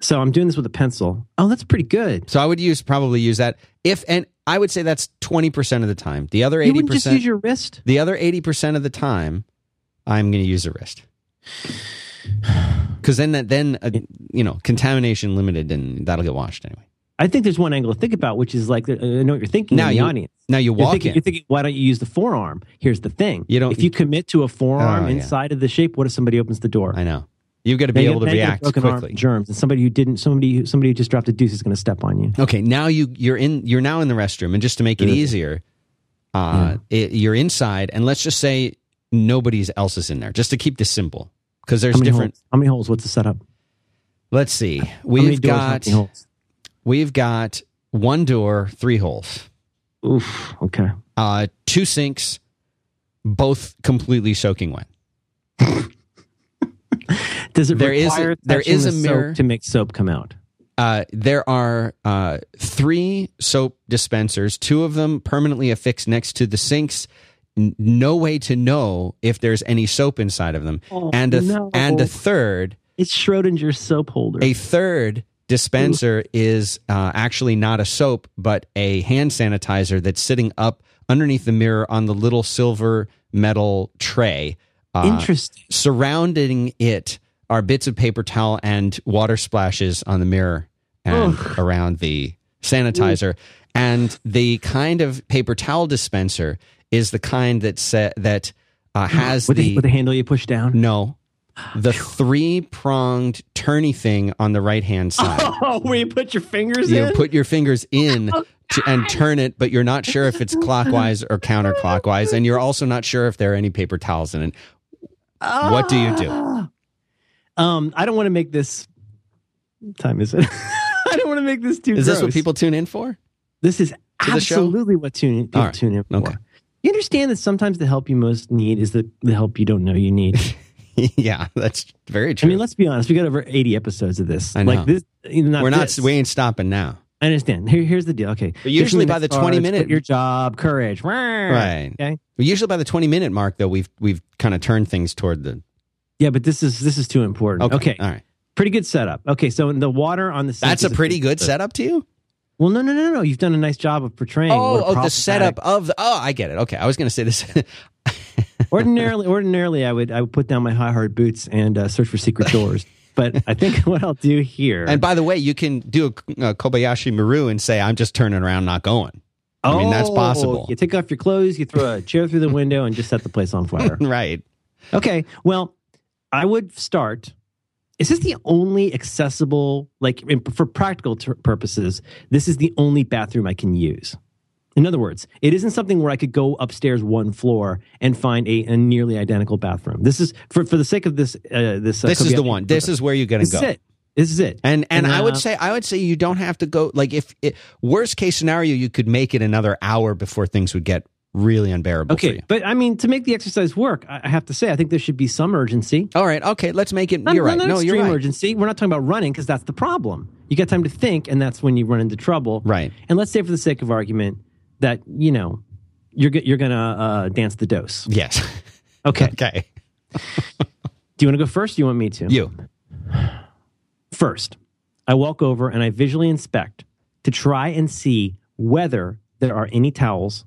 S3: so I'm doing this with a pencil. Oh, that's pretty good.
S2: So I would use probably use that if and I would say that's twenty percent of the time. The other
S3: You
S2: eighty
S3: wouldn't just use
S2: percent,
S3: your wrist.
S2: the other eighty percent of the time, I'm going to use the wrist. Because then that then uh, you know contamination limited and that'll get washed anyway.
S3: I think there's one angle to think about, which is like uh, I know what you're thinking.
S2: Now
S3: in the
S2: you
S3: audience,
S2: Now you
S3: you're
S2: walk
S3: thinking,
S2: in.
S3: you're thinking, why don't you use the forearm? Here's the thing:
S2: You don't-
S3: If you commit to a forearm
S2: Oh, yeah.
S3: inside of the shape, what if somebody opens the door?
S2: I know. You've got to
S3: Now
S2: be
S3: you-
S2: able to
S3: now you got a
S2: react
S3: broken arm,
S2: quickly.
S3: germs, and somebody who didn't, somebody who, somebody who just dropped a deuce is going to step on you.
S2: Okay, now you you're in you're now in the restroom, and just to make it
S3: Yeah.
S2: easier, uh, it, you're inside, and let's just say nobody's else is in there, just to keep this simple, because there's
S3: How many
S2: different.
S3: Holes? How many holes? What's the setup? How
S2: Let's see,
S3: many
S2: we've
S3: doors, how
S2: got
S3: many holes?
S2: we've got one door, three holes,
S3: Oof. Okay.
S2: uh, two sinks, both completely soaking wet.
S3: Does it
S2: There is a-
S3: require
S2: there
S3: touching
S2: is
S3: the
S2: a mirror.
S3: soap to make soap come out?
S2: Uh, there are uh, three soap dispensers, two of them permanently affixed next to the sinks. N- no way to know if there's any soap inside of them.
S3: Oh,
S2: and a th-
S3: no.
S2: and a third,
S3: It's Schrodinger's soap holder.
S2: a third dispenser is uh, actually not a soap, but a hand sanitizer that's sitting up underneath the mirror on the little silver metal tray. Uh,
S3: Interesting.
S2: surrounding it are bits of paper towel and water splashes on the mirror and around the sanitizer. And the kind of paper towel dispenser is the kind that sa- that uh, has
S3: With the,
S2: the
S3: with the handle you push down.
S2: no the three pronged turny thing on the right hand side.
S3: Oh, where you put your fingers
S2: You put your fingers in
S3: Oh,
S2: to, and turn it, but you're not sure if it's clockwise or counterclockwise, and you're also not sure if there are any paper towels in it. what do you do?
S3: Ah. Um, I don't want to make this. what time is it? I don't want to make this too.
S2: Is this what
S3: gross.
S2: people tune in for?
S3: This is
S2: the show?
S3: absolutely what tune people
S2: All right.
S3: tune in for.
S2: Okay.
S3: You understand that sometimes the help you most need is the, the help you don't know you need.
S2: yeah, that's very
S3: I
S2: true.
S3: mean, let's be honest. We got over eighty episodes of this.
S2: I know.
S3: Like this, not
S2: We're not.
S3: this.
S2: We ain't stopping now.
S3: I understand. Here, here's the deal. Okay.
S2: But
S3: Fifteen
S2: usually by the
S3: minutes
S2: 20
S3: cards,
S2: minute-
S3: quit your job, courage. Right.
S2: Right.
S3: Okay.
S2: Usually by the twenty minute mark, though, we've we've kind of turned things toward the.
S3: Yeah, but this is this is too important. Okay.
S2: All right.
S3: Pretty good setup. Okay, so in the water on the sink
S2: That's a
S3: is
S2: pretty good setup to you.
S3: Well, no, no, no, no. You've done a nice job of portraying. what a
S2: Oh, oh, the
S3: problematic-
S2: setup of the, oh, I get it. Okay, I was going to say this.
S3: ordinarily, ordinarily, I would I would put down my high hard boots and uh, search for secret doors. But I think what I'll do here.
S2: and by the way, you can do a, a Kobayashi Maru and say, "I'm just turning around, not going." I mean, that's
S3: Oh,
S2: possible.
S3: You take off your clothes, you throw a chair through the window, and just set the place on fire.
S2: Right.
S3: Okay. Well, I would start. Is this the only accessible, like in- for practical ter- purposes, this is the only bathroom I can use? In other words, it isn't something where I could go upstairs one floor and find a, a nearly identical bathroom. This is for, for the sake of this. Uh, this uh,
S2: This is
S3: Kobayashi
S2: the one. This is where you're going to
S3: this
S2: go.
S3: is it. This is it.
S2: And and I would
S3: uh,
S2: say I would say you don't have to go like if it, worst case scenario you could make it another hour before things would get really unbearable. for
S3: Okay,
S2: you.
S3: but I mean, to make the exercise work, I I have to say, I think there should be some urgency.
S2: All right. Okay. Let's make it.
S3: Not,
S2: you're right.
S3: not
S2: No,
S3: extreme
S2: you're right.
S3: urgency. We're not talking about running because that's the problem. You got time to think, and that's when you run into trouble.
S2: Right.
S3: And let's say, for the sake of argument, that you know you're go- you're gonna uh, dance the dose.
S2: Yes.
S3: Okay.
S2: okay.
S3: Do you want to go first? Or do you want me to?
S2: You.
S3: First, I walk over and I visually inspect to try and see whether there are any towels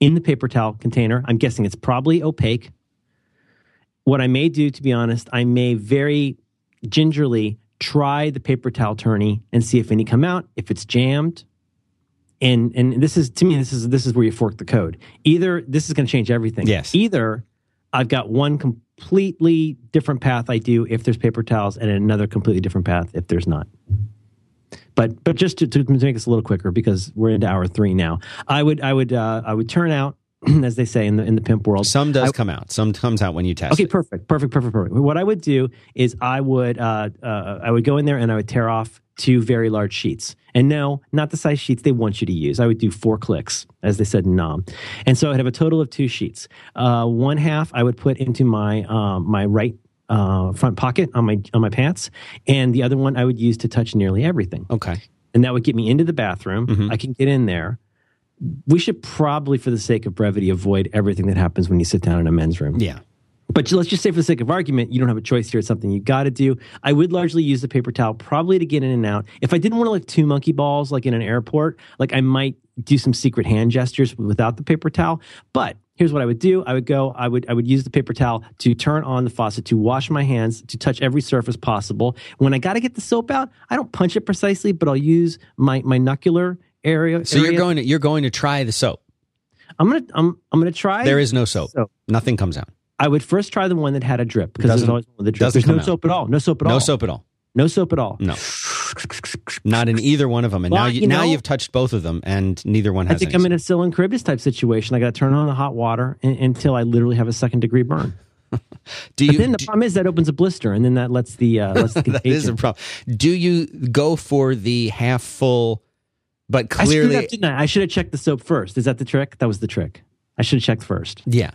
S3: in the paper towel container. I'm guessing it's probably opaque. What I may do, to be honest, I may very gingerly try the paper towel tourney and see if any come out, if it's jammed. And and this is to me, this is this is where you fork the code. Either this is going to change everything.
S2: Yes.
S3: Either I've got one completely different path I do if there's paper towels, and another completely different path if there's not. But but just to, to make this a little quicker because we're into hour three now. I would I would uh, I would turn out as they say in the in the pimp world.
S2: Some does come out. Some comes out when you test.
S3: Okay,
S2: it.
S3: perfect, perfect, perfect, perfect. What I would do is I would uh, uh, I would go in there and I would tear off two very large sheets. And no, not the size sheets they want you to use. I would do four clicks, as they said in Nom. And so I'd have a total of two sheets. Uh, one half I would put into my um, my right uh, front pocket on my on my pants, and the other one I would use to touch nearly everything
S2: Okay.
S3: and that would get me into the bathroom. I can get in there. We should probably, for the sake of brevity, avoid everything that happens when you sit down in a men's room.
S2: Yeah.
S3: But let's just say, for the sake of argument, you don't have a choice here. It's something you got to do. I would largely use the paper towel, probably to get in and out. If I didn't want to like two monkey balls, like in an airport, like I might do some secret hand gestures without the paper towel. But here's what I would do: I would go, I would, I would use the paper towel to turn on the faucet, to wash my hands, to touch every surface possible. When I got to get the soap out, I don't punch it precisely, but I'll use my my nuclear area.
S2: So you're
S3: area.
S2: going to you're going to try the soap.
S3: I'm gonna, I'm, I'm gonna try.
S2: There is no soap.
S3: soap.
S2: Nothing comes out.
S3: I would first try the one that had a drip because there's
S2: Doesn't-
S3: always one with a drip.
S2: doesn't
S3: There's no
S2: come out.
S3: soap at all. No soap at all.
S2: No soap at all.
S3: No soap at all.
S2: No. Not in either one of them. And now
S3: Well,
S2: you,
S3: you
S2: now
S3: know-
S2: you've touched both of them, and neither one
S3: I
S2: has.
S3: think
S2: any
S3: I'm in a Sil and Caribbean type situation. I got to turn on the hot water un- until I literally have a second degree burn.
S2: soap. Do
S3: But
S2: you?
S3: then the
S2: do-
S3: problem is that opens a blister, and then that lets the uh, lets the
S2: that is a
S3: contagion-
S2: problem. Do you go for the half full, but
S3: I screwed up,
S2: clearly,
S3: didn't I? I should have checked the soap first. Is that the trick? That was the trick. I should have checked first.
S2: yeah?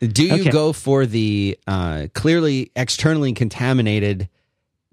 S2: Do you
S3: Okay.
S2: go for the uh, clearly externally contaminated,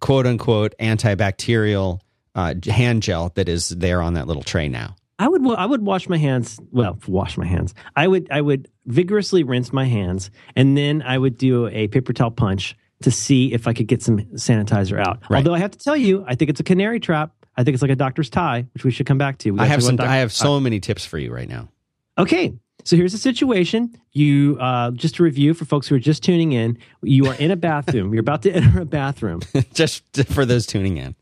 S2: quote unquote, antibacterial uh, hand gel that is there on that little tray now?
S3: I would wa- I would wash my hands. Well, wash my hands. I would I would vigorously rinse my hands, and then I would do a paper towel punch to see if I could get some sanitizer out.
S2: Right.
S3: Although I have to tell you, I think it's a canary trap. I think it's like a doctor's tie, which we should come back to. We
S2: I
S3: gotta
S2: have
S3: talk
S2: some.
S3: about
S2: I have
S3: doctor's tie.
S2: so many tips for you right now.
S3: Okay. So here's the situation. You uh, just to review for folks who are just tuning in. You are in a bathroom. You're about to enter a bathroom.
S2: Just for those tuning in,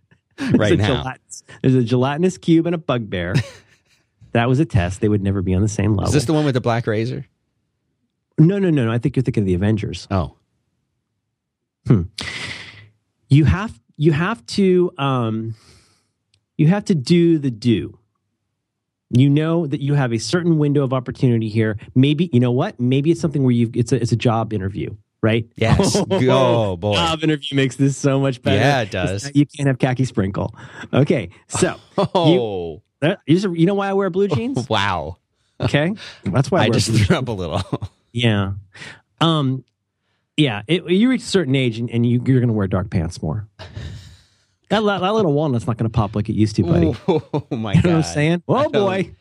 S2: right
S3: There's a
S2: now.
S3: gelatinous- there's a gelatinous cube and a bugbear. that was a test. They would never be on the same level.
S2: Is this the one with the black razor?
S3: No, no, no, no. I think you're thinking of the Avengers.
S2: Oh,
S3: You have you have to um, you have to do the do. You know that you have a certain window of opportunity here. Maybe you know what? Maybe it's something where you it's a it's a job interview, right?
S2: yes. oh boy.
S3: Job interview makes this so much better.
S2: Yeah, it
S3: It's
S2: does.
S3: not- You can't have khaki sprinkle. Okay, so
S2: Oh,
S3: uh, you, just- you know why I wear blue jeans?
S2: wow.
S3: Okay, that's why I,
S2: Oh, I
S3: wear
S2: just
S3: blue
S2: threw up a little.
S3: Yeah. Um, yeah. It, you reach a certain age and, and you, you're going to wear dark pants more. That, li- that little walnut's not going to pop like it used to, buddy.
S2: Oh my
S3: you
S2: god.
S3: know what I'm saying? Oh,
S2: don't-
S3: boy.
S2: We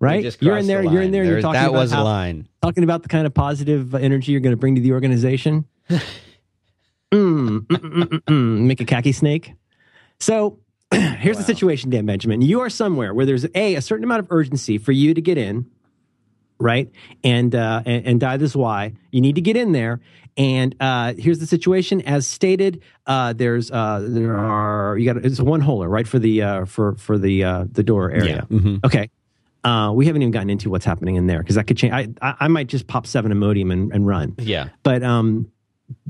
S3: Right?
S2: just
S3: You're
S2: crossed
S3: in there.
S2: the
S3: you're in there.
S2: line.
S3: You're
S2: There-
S3: talking
S2: that
S3: about
S2: was
S3: how-
S2: a line.
S3: talking about the kind of positive energy you're going to bring to the organization. Mm, mm, mm, mm, mm. Make a khaki snake. So here's the situation, Dan Benjamin. You are somewhere where there's a a certain amount of urgency for you to get in, right? And uh, and, and die this why you need to get in there. And uh, here's the situation, as stated. Uh, there's uh, there are you got it's a one holer right for the uh, for for the uh, the door area.
S2: Yeah. Mhm.
S3: Okay. Uh, we haven't even gotten into what's happening in there because that could change. I, I, I might just pop seven Imodium and, and run.
S2: Yeah.
S3: But um,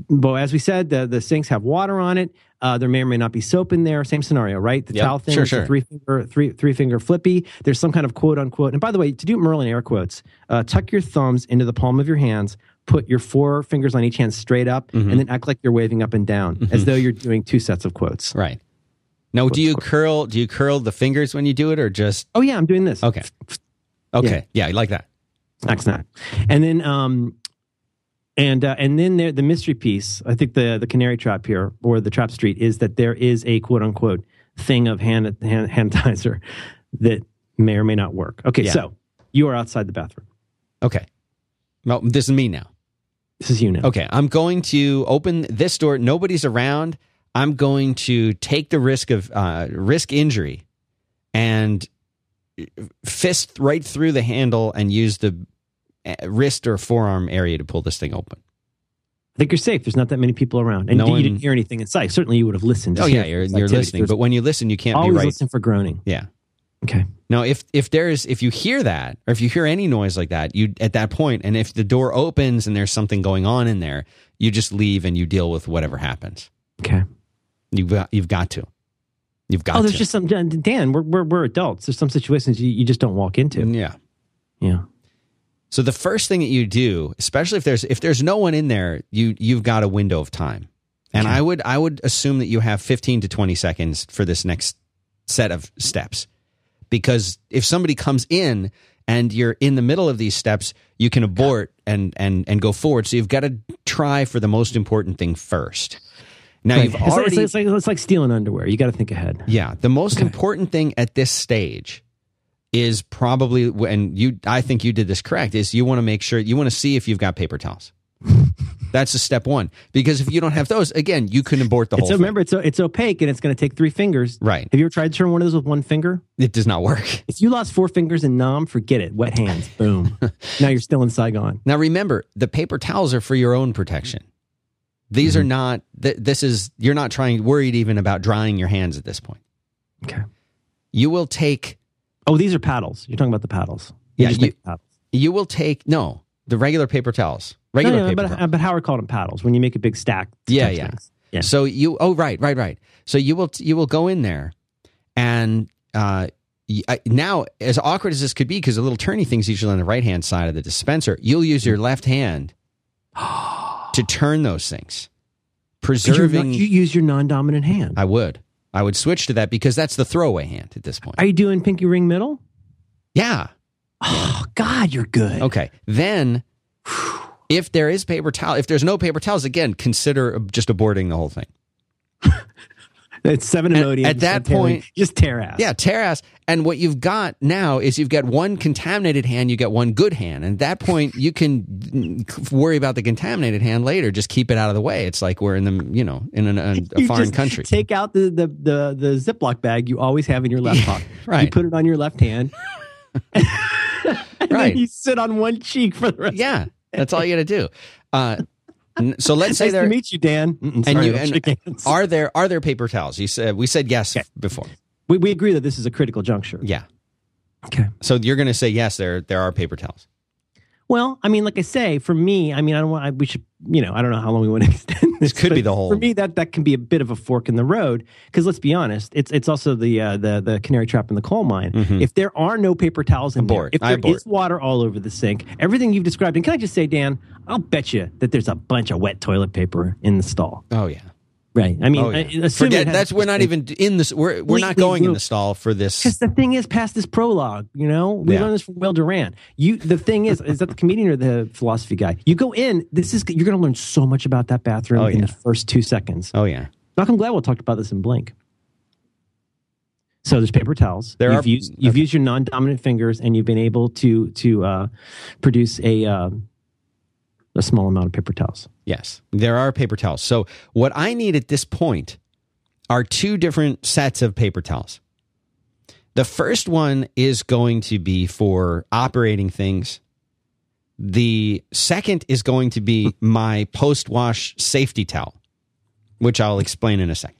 S3: but as we said, the the sinks have water on it. Uh, there may or may not be soap in there. Same scenario, right? The
S2: Yep.
S3: towel thing,
S2: Sure,
S3: it's a
S2: sure.
S3: three finger three three finger flippy. There's some kind of quote unquote. And by the way, to do Merlin air quotes, uh, tuck your thumbs into the palm of your hands, put your four fingers on each hand straight up,
S2: Mm-hmm.
S3: and then act like you're waving up and down as though you're doing two sets of quotes.
S2: Right. Now, do you curl? Do you curl the fingers when you do it, or just
S3: Oh yeah, I'm doing this.
S2: okay? Okay, yeah, I like that.
S3: Snack, snack. And then, um, and uh, and then there, the mystery piece. I think the the canary trap here or the trap street is that there is a quote unquote thing of hand hand sanitizer that may or may not work. Okay,
S2: Yeah.
S3: so you are outside the bathroom.
S2: Okay. Well, this is me now.
S3: This is you now.
S2: Okay, I'm going to open this door. Nobody's around. I'm going to take the risk of uh, risk injury and fist right through the handle and use the uh, wrist or forearm area to pull this thing open.
S3: I think you're safe. There's not that many people around, and
S2: No
S3: you
S2: one-
S3: didn't hear anything in sight. Certainly, you would have listened. to
S2: Oh
S3: hear
S2: yeah,
S3: if
S2: you're,
S3: there's
S2: you're
S3: activity.
S2: listening,
S3: There's
S2: but when you listen, you can't be
S3: always
S2: right.
S3: listen for groaning.
S2: Yeah.
S3: Okay.
S2: Now, if if there is if you hear that or if you hear any noise like that, you at that point, and if the door opens and there's something going on in there, you just leave and you deal with whatever happens.
S3: Okay.
S2: You've got, you've got to. You've got
S3: Oh, there's
S2: to.
S3: just some Dan. Dan, We're we're, we're adults. There's some situations you, you just don't walk into.
S2: yeah.
S3: Yeah.
S2: So the first thing that you do, especially if there's if there's no one in there, you you've got a window of time. And I would I would assume that you have 15 to 20 seconds for this next set of steps. Because if somebody comes in and you're in the middle of these steps, you can abort and and and go forward. So you've got to try for the most important thing first. Now
S3: Right.
S2: you've
S3: It's like-
S2: already
S3: it's, like, it's, like, it's like stealing underwear. You got to think ahead.
S2: Yeah, the most important thing at this stage is probably and you I think you did this correct is you want to make sure you want to see if you've got paper towels. That's the step 1 because if you don't have those again, you can abort the
S3: It's,
S2: whole
S3: remember, it's it's opaque and it's going to take three fingers.
S2: thing. Right.
S3: Have you ever tried to turn one of those with one finger?
S2: It does not work.
S3: If you lost four fingers in Nam, forget it. Wet hands. Boom. now you're still in Saigon.
S2: Now remember, the paper towels are for your own protection. These
S3: Mm-hmm.
S2: are not th- this is you're not trying worried even about drying your hands at this point.
S3: Okay.
S2: You will take
S3: Oh, these are paddles. You're talking about the paddles. They
S2: Yeah,
S3: just
S2: you-
S3: make paddles.
S2: you will take no, the regular paper towels. Regular
S3: No, no, no,
S2: paper
S3: but,
S2: towels.
S3: uh, but Howard called them paddles when you make a big stack. to
S2: Yeah,
S3: touch
S2: yeah.
S3: things. Yeah.
S2: So you oh right right right. So you will you will go in there, and uh, y- I- now as awkward as this could be because the little turny thing's usually on the right hand side of the dispenser. You'll use your left hand to turn those things,
S3: But you're
S2: preserving.
S3: not- you use your non-dominant hand.
S2: I would I would switch to that because that's the throwaway hand at this point.
S3: Are you doing pinky ring middle?
S2: yeah.
S3: Oh God, you're good.
S2: Okay. Then. If there is paper towel, if there's no paper towels, again, consider just aborting the whole thing.
S3: It's seven
S2: At-
S3: emodium.
S2: at that point-
S3: just tear ass.
S2: Yeah, tear ass. And what you've got now is you've got one contaminated hand, you got one good hand. And at that point, you can worry about the contaminated hand later. Just keep it out of the way. It's like we're in the you know in an, an, a
S3: You
S2: foreign
S3: just
S2: country.
S3: Take out the, the the the Ziploc bag you always have in your left pocket.
S2: right.
S3: You put it on your left hand. and
S2: Right.
S3: Then you sit on one cheek for the rest.
S2: yeah, that's all you got to do. Uh, n- so let's say
S3: Nice to
S2: there
S3: meet you, Dan. Mm-mm,
S2: and
S3: sorry,
S2: you
S3: don't
S2: and
S3: shake hands.
S2: are there are there paper towels? You said we said yes before.
S3: we, we agree that this is a critical juncture.
S2: Yeah.
S3: Okay.
S2: So you're going to say yes. There there are paper towels.
S3: Well, I mean, like I say, for me, I mean, I don't want. I, we should, you know, I don't know how long we want to extend this.
S2: could
S3: but
S2: be the whole-
S3: For me, that that can be a bit of a fork in the road because let's be honest, it's it's also the uh, the the canary trap in the coal mine. If there are no paper towels in
S2: Abort.
S3: there, if
S2: Mm-hmm. I
S3: there is
S2: abort.
S3: water all over the sink, everything you've described, and can I just say, Dan, I'll bet you that there's a bunch of wet toilet paper in the stall.
S2: Oh yeah.
S3: Right. I mean,
S2: Oh
S3: I-
S2: yeah.
S3: assuming
S2: Forget that's we're not even in this. We're we're not
S3: Completely
S2: going in the
S3: moved.
S2: stall for this.
S3: because the thing is, past this prologue, you know, we
S2: Yeah.
S3: learned this from Will Duran. You, the thing is, is that the comedian or the philosophy guy? You go in. This is you're going to learn so much about that bathroom
S2: Oh,
S3: in
S2: yeah.
S3: the first two seconds.
S2: Oh yeah.
S3: Malcolm Gladwell talked about this in Blink. So there's paper towels.
S2: There
S3: you've
S2: are-
S3: used, you've used your non-dominant fingers, and you've been able to to uh, produce a uh, a small amount of paper towels.
S2: Yes, there are paper towels. So, what I need at this point are two different sets of paper towels. The first one is going to be for operating things. The second is going to be my post wash safety towel, which I'll explain in a second.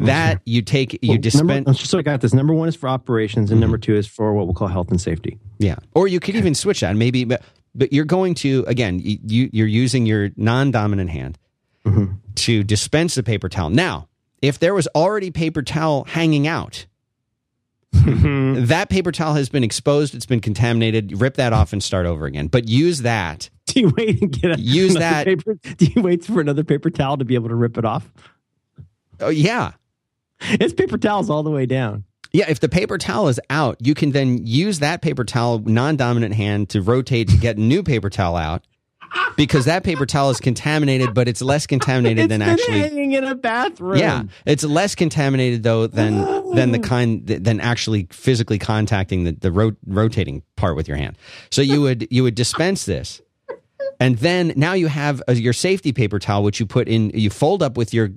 S2: That you take, you Mm-hmm. dispense.
S3: Number, so I got this. Number one is for operations, and number two is for what we'll call health and safety.
S2: Yeah. Or you could even switch that. Maybe, but, but you're going to, again, y- you, you're using your non dominant hand
S3: Mm-hmm.
S2: to dispense the paper towel. Now, if there was already paper towel hanging out,
S3: Mm.
S2: that paper towel has been exposed, it's been contaminated. Rip that off and start over again. But use that
S3: do you wait and get a,
S2: Use
S3: another
S2: that-
S3: Paper, do you wait for another paper towel to be able to rip it off?
S2: Oh, yeah.
S3: It's paper towels all the way down.
S2: Yeah, if the paper towel is out, you can then use that paper towel non-dominant hand to rotate to get new paper towel out because that paper towel is contaminated, but it's less contaminated
S3: It's
S2: than
S3: been
S2: actually
S3: hanging in a bathroom.
S2: Yeah, it's less contaminated though than than the kind than actually physically contacting the the ro- rotating part with your hand. So you would you would dispense this, and then now you have uh your safety paper towel, which you put in you fold up with your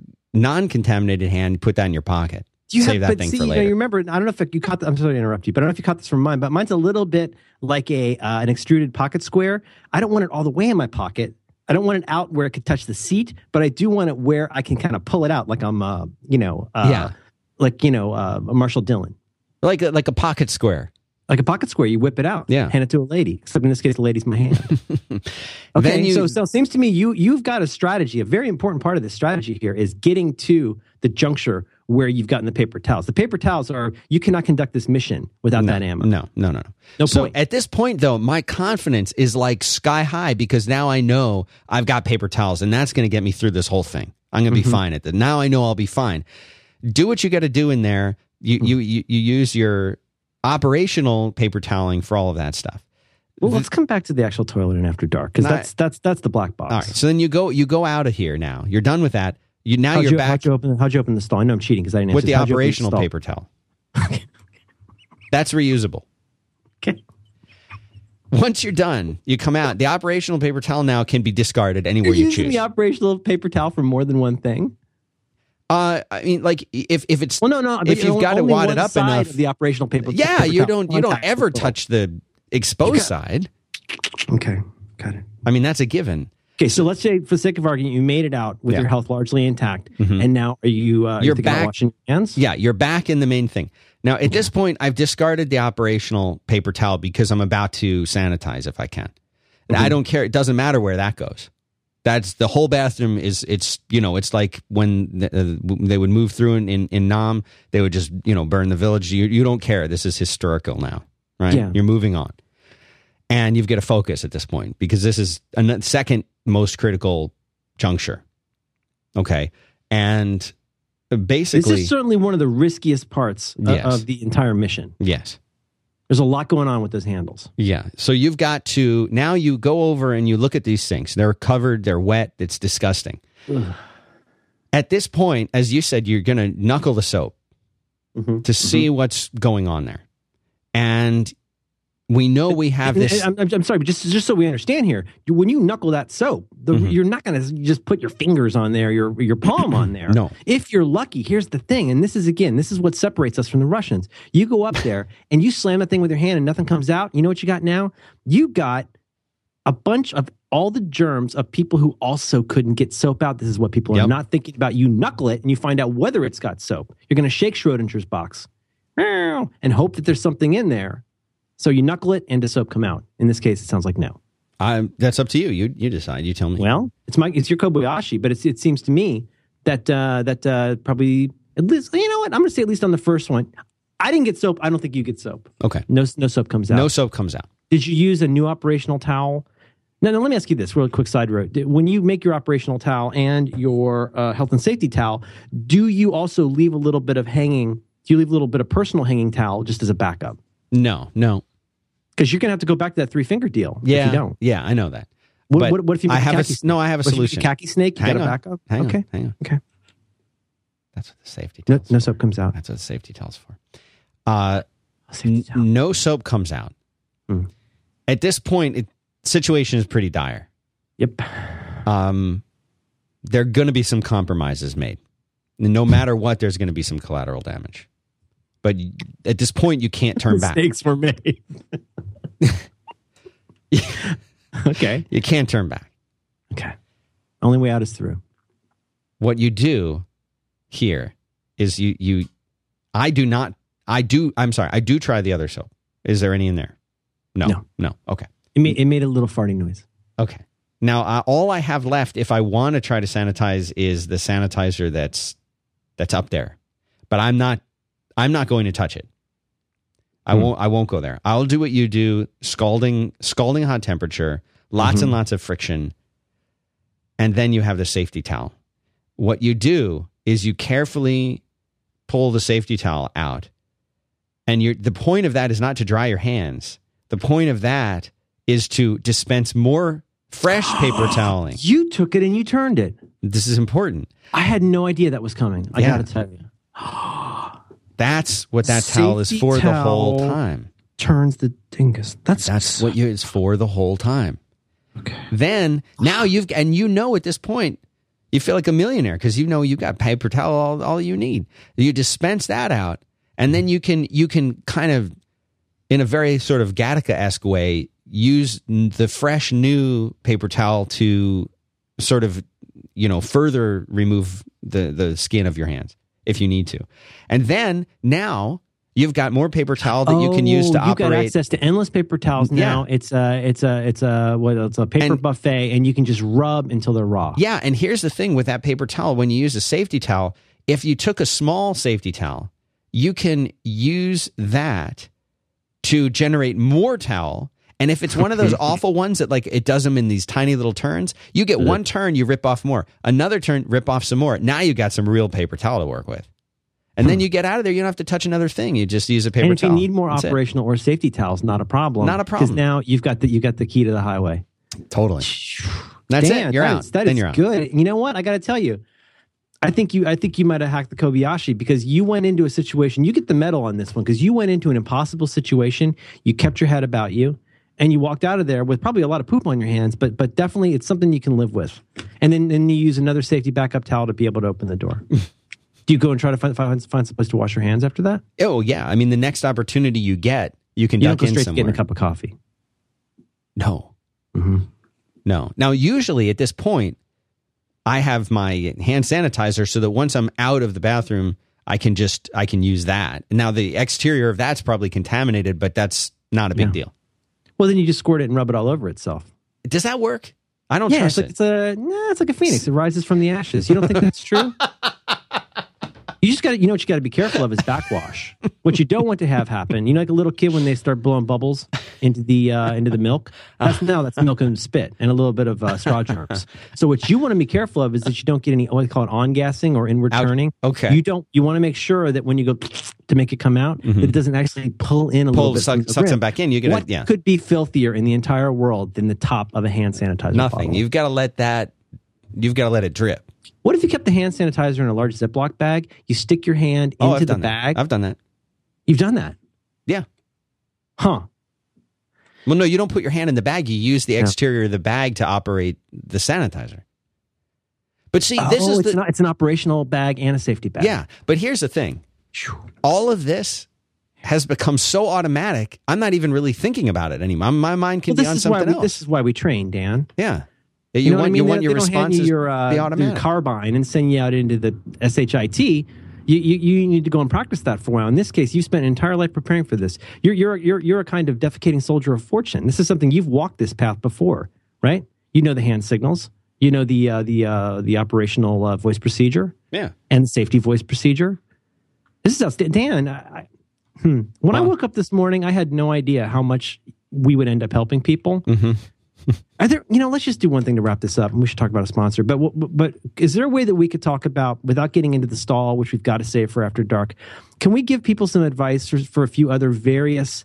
S2: non-contaminated hand, put that in your pocket.
S3: Do you
S2: Save that
S3: have, but
S2: thing
S3: see,
S2: for
S3: you know,
S2: later.
S3: you remember, I don't know if you caught. The, I'm sorry to interrupt you, but I don't know if you caught this from mine. But mine's a little bit like a uh, an extruded pocket square. I don't want it all the way in my pocket. I don't want it out where it could touch the seat, but I do want it where I can kind of pull it out, like I'm, uh, you know, uh,
S2: Yeah.
S3: like you know, uh, Marshall Dillon,
S2: Like a, like a pocket square.
S3: like a pocket square. You whip it out,
S2: Yeah.
S3: hand it to a lady. Except in this case, the lady's my hand. okay,
S2: Then you-
S3: so so it seems to me you you've got a strategy. A very important part of this strategy here is getting to the juncture where you've gotten the paper towels. The paper towels are you cannot conduct this mission without that ammo.
S2: No, no, no, no.
S3: No
S2: so
S3: point.
S2: at this point, though, my confidence is like sky high because now I know I've got paper towels, and that's going to get me through this whole thing. I'm going to
S3: Mm-hmm.
S2: be fine at that. Now I know I'll be fine. Do what you got to do in there. You,
S3: Mm.
S2: you you you use your operational paper toweling for all of that stuff.
S3: Well, let's come back to the actual toilet and after dark because
S2: No,
S3: that's that's that's the black box.
S2: All right. So then you go you go out of here. Now you're done with that. You now
S3: How'd
S2: you're
S3: you,
S2: back
S3: how'd you open? How'd you open the stall? I know I'm cheating because I didn't.
S2: with
S3: answer
S2: the
S3: this. How'd you open
S2: operational
S3: stall?
S2: paper towel. that's reusable.
S3: Okay.
S2: Once you're done, you come out. The operational paper towel now can be discarded anywhere you
S3: using
S2: choose.
S3: the operational paper towel for more than one thing.
S2: Uh, I mean, like if if it's
S3: Well, no, no. but
S2: If you've
S3: only-
S2: got it
S3: only
S2: wadded
S3: one
S2: up
S3: side
S2: enough-
S3: of the operational paper.
S2: yeah,
S3: paper
S2: you
S3: towel
S2: don't you don't
S3: contacts
S2: ever
S3: the
S2: touch the exposed side.
S3: toilet. Okay, got it.
S2: I mean, that's a given.
S3: Okay, so let's say, for the sake of argument, you made it out with
S2: Yeah.
S3: your health largely intact,
S2: Mhm.
S3: and now are you? Uh,
S2: You're
S3: you thinking about
S2: back-
S3: washing your hands.
S2: Yeah, you're back in the main thing. Now, at this point, I've discarded the operational paper towel because I'm about to sanitize if I can. And I don't care. It doesn't matter where that goes. That's the whole bathroom is it's you know it's like when the, uh, they would move through in, in in Nam they would just you know burn the village. You you don't care. This is historical now, right?
S3: Yeah.
S2: You're moving on, and you've got to focus at this point because this is a second most critical juncture. Okay, and uh,
S3: this
S2: basically
S3: is certainly one of the riskiest parts o-
S2: Yes.
S3: of the entire mission.
S2: yes.
S3: There's a lot going on with those handles.
S2: Yeah. So you've got to now you go over and you look at these things. They're covered, they're wet, it's disgusting.
S3: Ugh.
S2: At this point, as you said, you're going to knuckle the soap
S3: Mhm.
S2: to see what's going on there. And we know we have this.
S3: I'm, I'm- I'm sorry, but just just so we understand here, you- when you knuckle that soap, the,
S2: Mhm.
S3: you're not going to just put your fingers on there, your your palm on there.
S2: No.
S3: If you're lucky, here's the thing, and this is again, this is what separates us from the Russians. You go up there and you slam that thing with your hand, and nothing comes out. You know what you got now? You got a bunch of all the germs of people who also couldn't get soap out. This is what people
S2: Yep.
S3: are not thinking about. You knuckle it and you find out whether it's got soap. You're going to shake Schrodinger's box meow, and hope that there's something in there. So you knuckle it and does soap come out? In this case, it sounds like no.
S2: I, that's up to you. You you decide. You tell me.
S3: Well, it's my it's your Kobayashi, but it's, it seems to me that uh, that uh, probably at least you know what I'm going to say at least on the first one, I didn't get soap. I don't think you get soap.
S2: okay.
S3: No no soap comes out.
S2: No soap comes out.
S3: Did you use a new operational towel? Now, now let me ask you this real quick side road. Did- When you make your operational towel and your uh, health and safety towel, do you also leave a little bit of hanging? Do you leave a little bit of personal hanging towel just as a backup?
S2: No, no.
S3: Because you're going to have to go back to that three finger deal.
S2: Yeah.
S3: If you don't.
S2: Yeah, I know that.
S3: What,
S2: But
S3: what, what if you
S2: I
S3: make a
S2: have a
S3: khaki
S2: s-
S3: snake?
S2: no. I have a
S3: What if you make
S2: solution.
S3: a khaki snake, you
S2: Hang
S3: got
S2: on.
S3: a backup.
S2: Hang on,
S3: okay.
S2: hang on.
S3: Okay.
S2: That's what the safety.
S3: No,
S2: tells
S3: no
S2: us.
S3: soap comes out.
S2: That's what the safety tells for. Uh,
S3: Safety
S2: N-
S3: towel.
S2: no soap comes out.
S3: Mm.
S2: At this point, it, situation is pretty dire.
S3: Yep.
S2: Um, there are going to be some compromises made. No matter what, there's going to be some collateral damage. But y- at this point, you can't turn back.
S3: Mistakes were made. okay.
S2: You can't turn back.
S3: Okay. Only way out is through.
S2: What you do here is you you. I do not. I do. I'm sorry. I do try the other soap. Is there any in there? No.
S3: No.
S2: No. Okay.
S3: It made, it made a little farting noise.
S2: Okay. Now, uh, all I have left, if I want to try to sanitize, is the sanitizer that's that's up there, but I'm not I'm not going to touch it. I won't. I won't go there. I'll do what you do: scalding, scalding hot temperature, lots and lots of friction, and then you have the safety towel. What you do is you carefully pull the safety towel out, and you the point of that is not to dry your hands. The point of that is to dispense more fresh paper toweling.
S3: You took it and you turned it.
S2: This is important.
S3: I had no idea that was coming. I
S2: Yeah.
S3: gotta tell you,
S2: That's what that towel is
S3: Safety
S2: for the whole
S3: towel.
S2: time.
S3: turns the dingus. That's
S2: That's what you, it's for the whole time.
S3: Okay.
S2: Then now you've and you know at this point you feel like a millionaire because you know you got paper towel all, all you need. You dispense that out, and then you can you can kind of in a very sort of Gattaca esque way use n- the fresh new paper towel to sort of you know further remove the the skin of your hands if you need to, and then now. You've got more paper towel that you can use to
S3: Oh, You've got
S2: operate
S3: access to endless paper towels now. It's a, it's a, it's a, what? It's a paper
S2: And-
S3: buffet, and you can just rub until they're raw.
S2: Yeah, and here's the thing with that paper towel when you use a safety towel, if you took a small safety towel, you can use that to generate more towel. And if it's one of those awful ones that like it does them in these tiny little turns, you get one turn, you rip off more. Another turn, rip off some more. Now you got some real paper towel to work with. And then you get out of there, you don't have to touch another thing. You just use a paper
S3: Hmm. and if
S2: towel.
S3: you need more
S2: That's it.
S3: operational or safety towels, not a problem.
S2: Not a
S3: Because
S2: problem.
S3: now you've got the you got the key to the highway.
S2: Totally. That's
S3: Damn,
S2: it. You're
S3: that
S2: out.
S3: is- that
S2: then
S3: is
S2: you're out.
S3: good. You know what? I got to tell you, I think you. I think you might have hacked the Kobayashi because you went into a situation. You get the medal on this one because you went into an impossible situation. You kept your head about you, and you walked out of there with probably a lot of poop on your hands. But but definitely, it's something you can live with. And then then you use another safety backup towel to be able to open the door. Do you go and try to find find, find some place to wash your hands after that?
S2: Oh yeah. I mean the next opportunity you get, you can
S3: You don't
S2: duck
S3: go
S2: in
S3: straight to
S2: somewhere.
S3: getting a cup of coffee.
S2: No.
S3: Mhm.
S2: No. Now, usually at this point, I have my hand sanitizer so that once I'm out of the bathroom, I can just I can use that. Now the exterior of that's probably contaminated, but that's not a big
S3: Yeah.
S2: deal.
S3: Well, then you just squirt it and rub it all over itself.
S2: Does that work? I don't
S3: Yeah, it's
S2: trust
S3: like
S2: it.
S3: it's a nah, it's like a phoenix. It rises from the ashes. You don't think that's true? You just got to you know what you got to be careful of is backwash. what you don't want to have happen, you know, like a little kid when they start blowing bubbles into the uh, into the milk. That's now that's milk and spit and a little bit of uh, straw germs. So what you want to be careful of is that you don't get any what they call it on gassing or inward
S2: Out-
S3: turning.
S2: okay.
S3: you don't you want to make sure that when you go to make it come out, that it doesn't actually pull in a little
S2: Mm-hmm. Pull
S3: bit. from
S2: suck,
S3: the
S2: sucks them
S3: rim.
S2: back in. You get
S3: What
S2: a, yeah.
S3: could be filthier in the entire world than the top of a hand sanitizer?
S2: Nothing.
S3: bottle?
S2: You've got to let that. You've got to let it drip.
S3: What if you kept the hand sanitizer in a large Ziploc bag? You stick your hand
S2: Oh,
S3: into
S2: I've
S3: the
S2: done
S3: bag.
S2: that. I've done that.
S3: You've done that.
S2: Yeah.
S3: Huh.
S2: Well, no, you don't put your hand in the bag. You use the
S3: Yeah.
S2: exterior of the bag to operate the sanitizer. But see,
S3: Oh,
S2: this is
S3: it's,
S2: the
S3: not, it's an operational bag and a safety bag.
S2: yeah. But here's the thing:
S3: Phew.
S2: all of this has become so automatic. I'm not even really thinking about it anymore. My mind
S3: Well,
S2: can be
S3: this
S2: on
S3: is why
S2: something
S3: we,
S2: else.
S3: this is why we train, Dan.
S2: yeah. You,
S3: know what
S2: want
S3: I mean?
S2: you
S3: They-
S2: want your
S3: they don't hand
S2: responses
S3: you your,
S2: to be
S3: uh, your
S2: automatic.
S3: carbine and send you out into the shit. You, you you need to go and practice that for a while. In this case, you spent an entire life preparing for this. You're you're you're you're a kind of defecating soldier of fortune. This is something you've walked this path before, right? You know the hand signals. You know the uh, the uh, the operational uh, voice procedure.
S2: yeah.
S3: and safety voice procedure. This is outstanding. Dan, I, I, hmm. when I
S2: Wow.
S3: woke up this morning, I had no idea how much we would end up helping people.
S2: Mm-hmm.
S3: Are there, you know, let's just do one thing to wrap this up, and we should talk about a sponsor. But w- but is there a way that we could talk about without getting into the stall, which we've got to save for after dark? Can we give people some advice for, for a few other various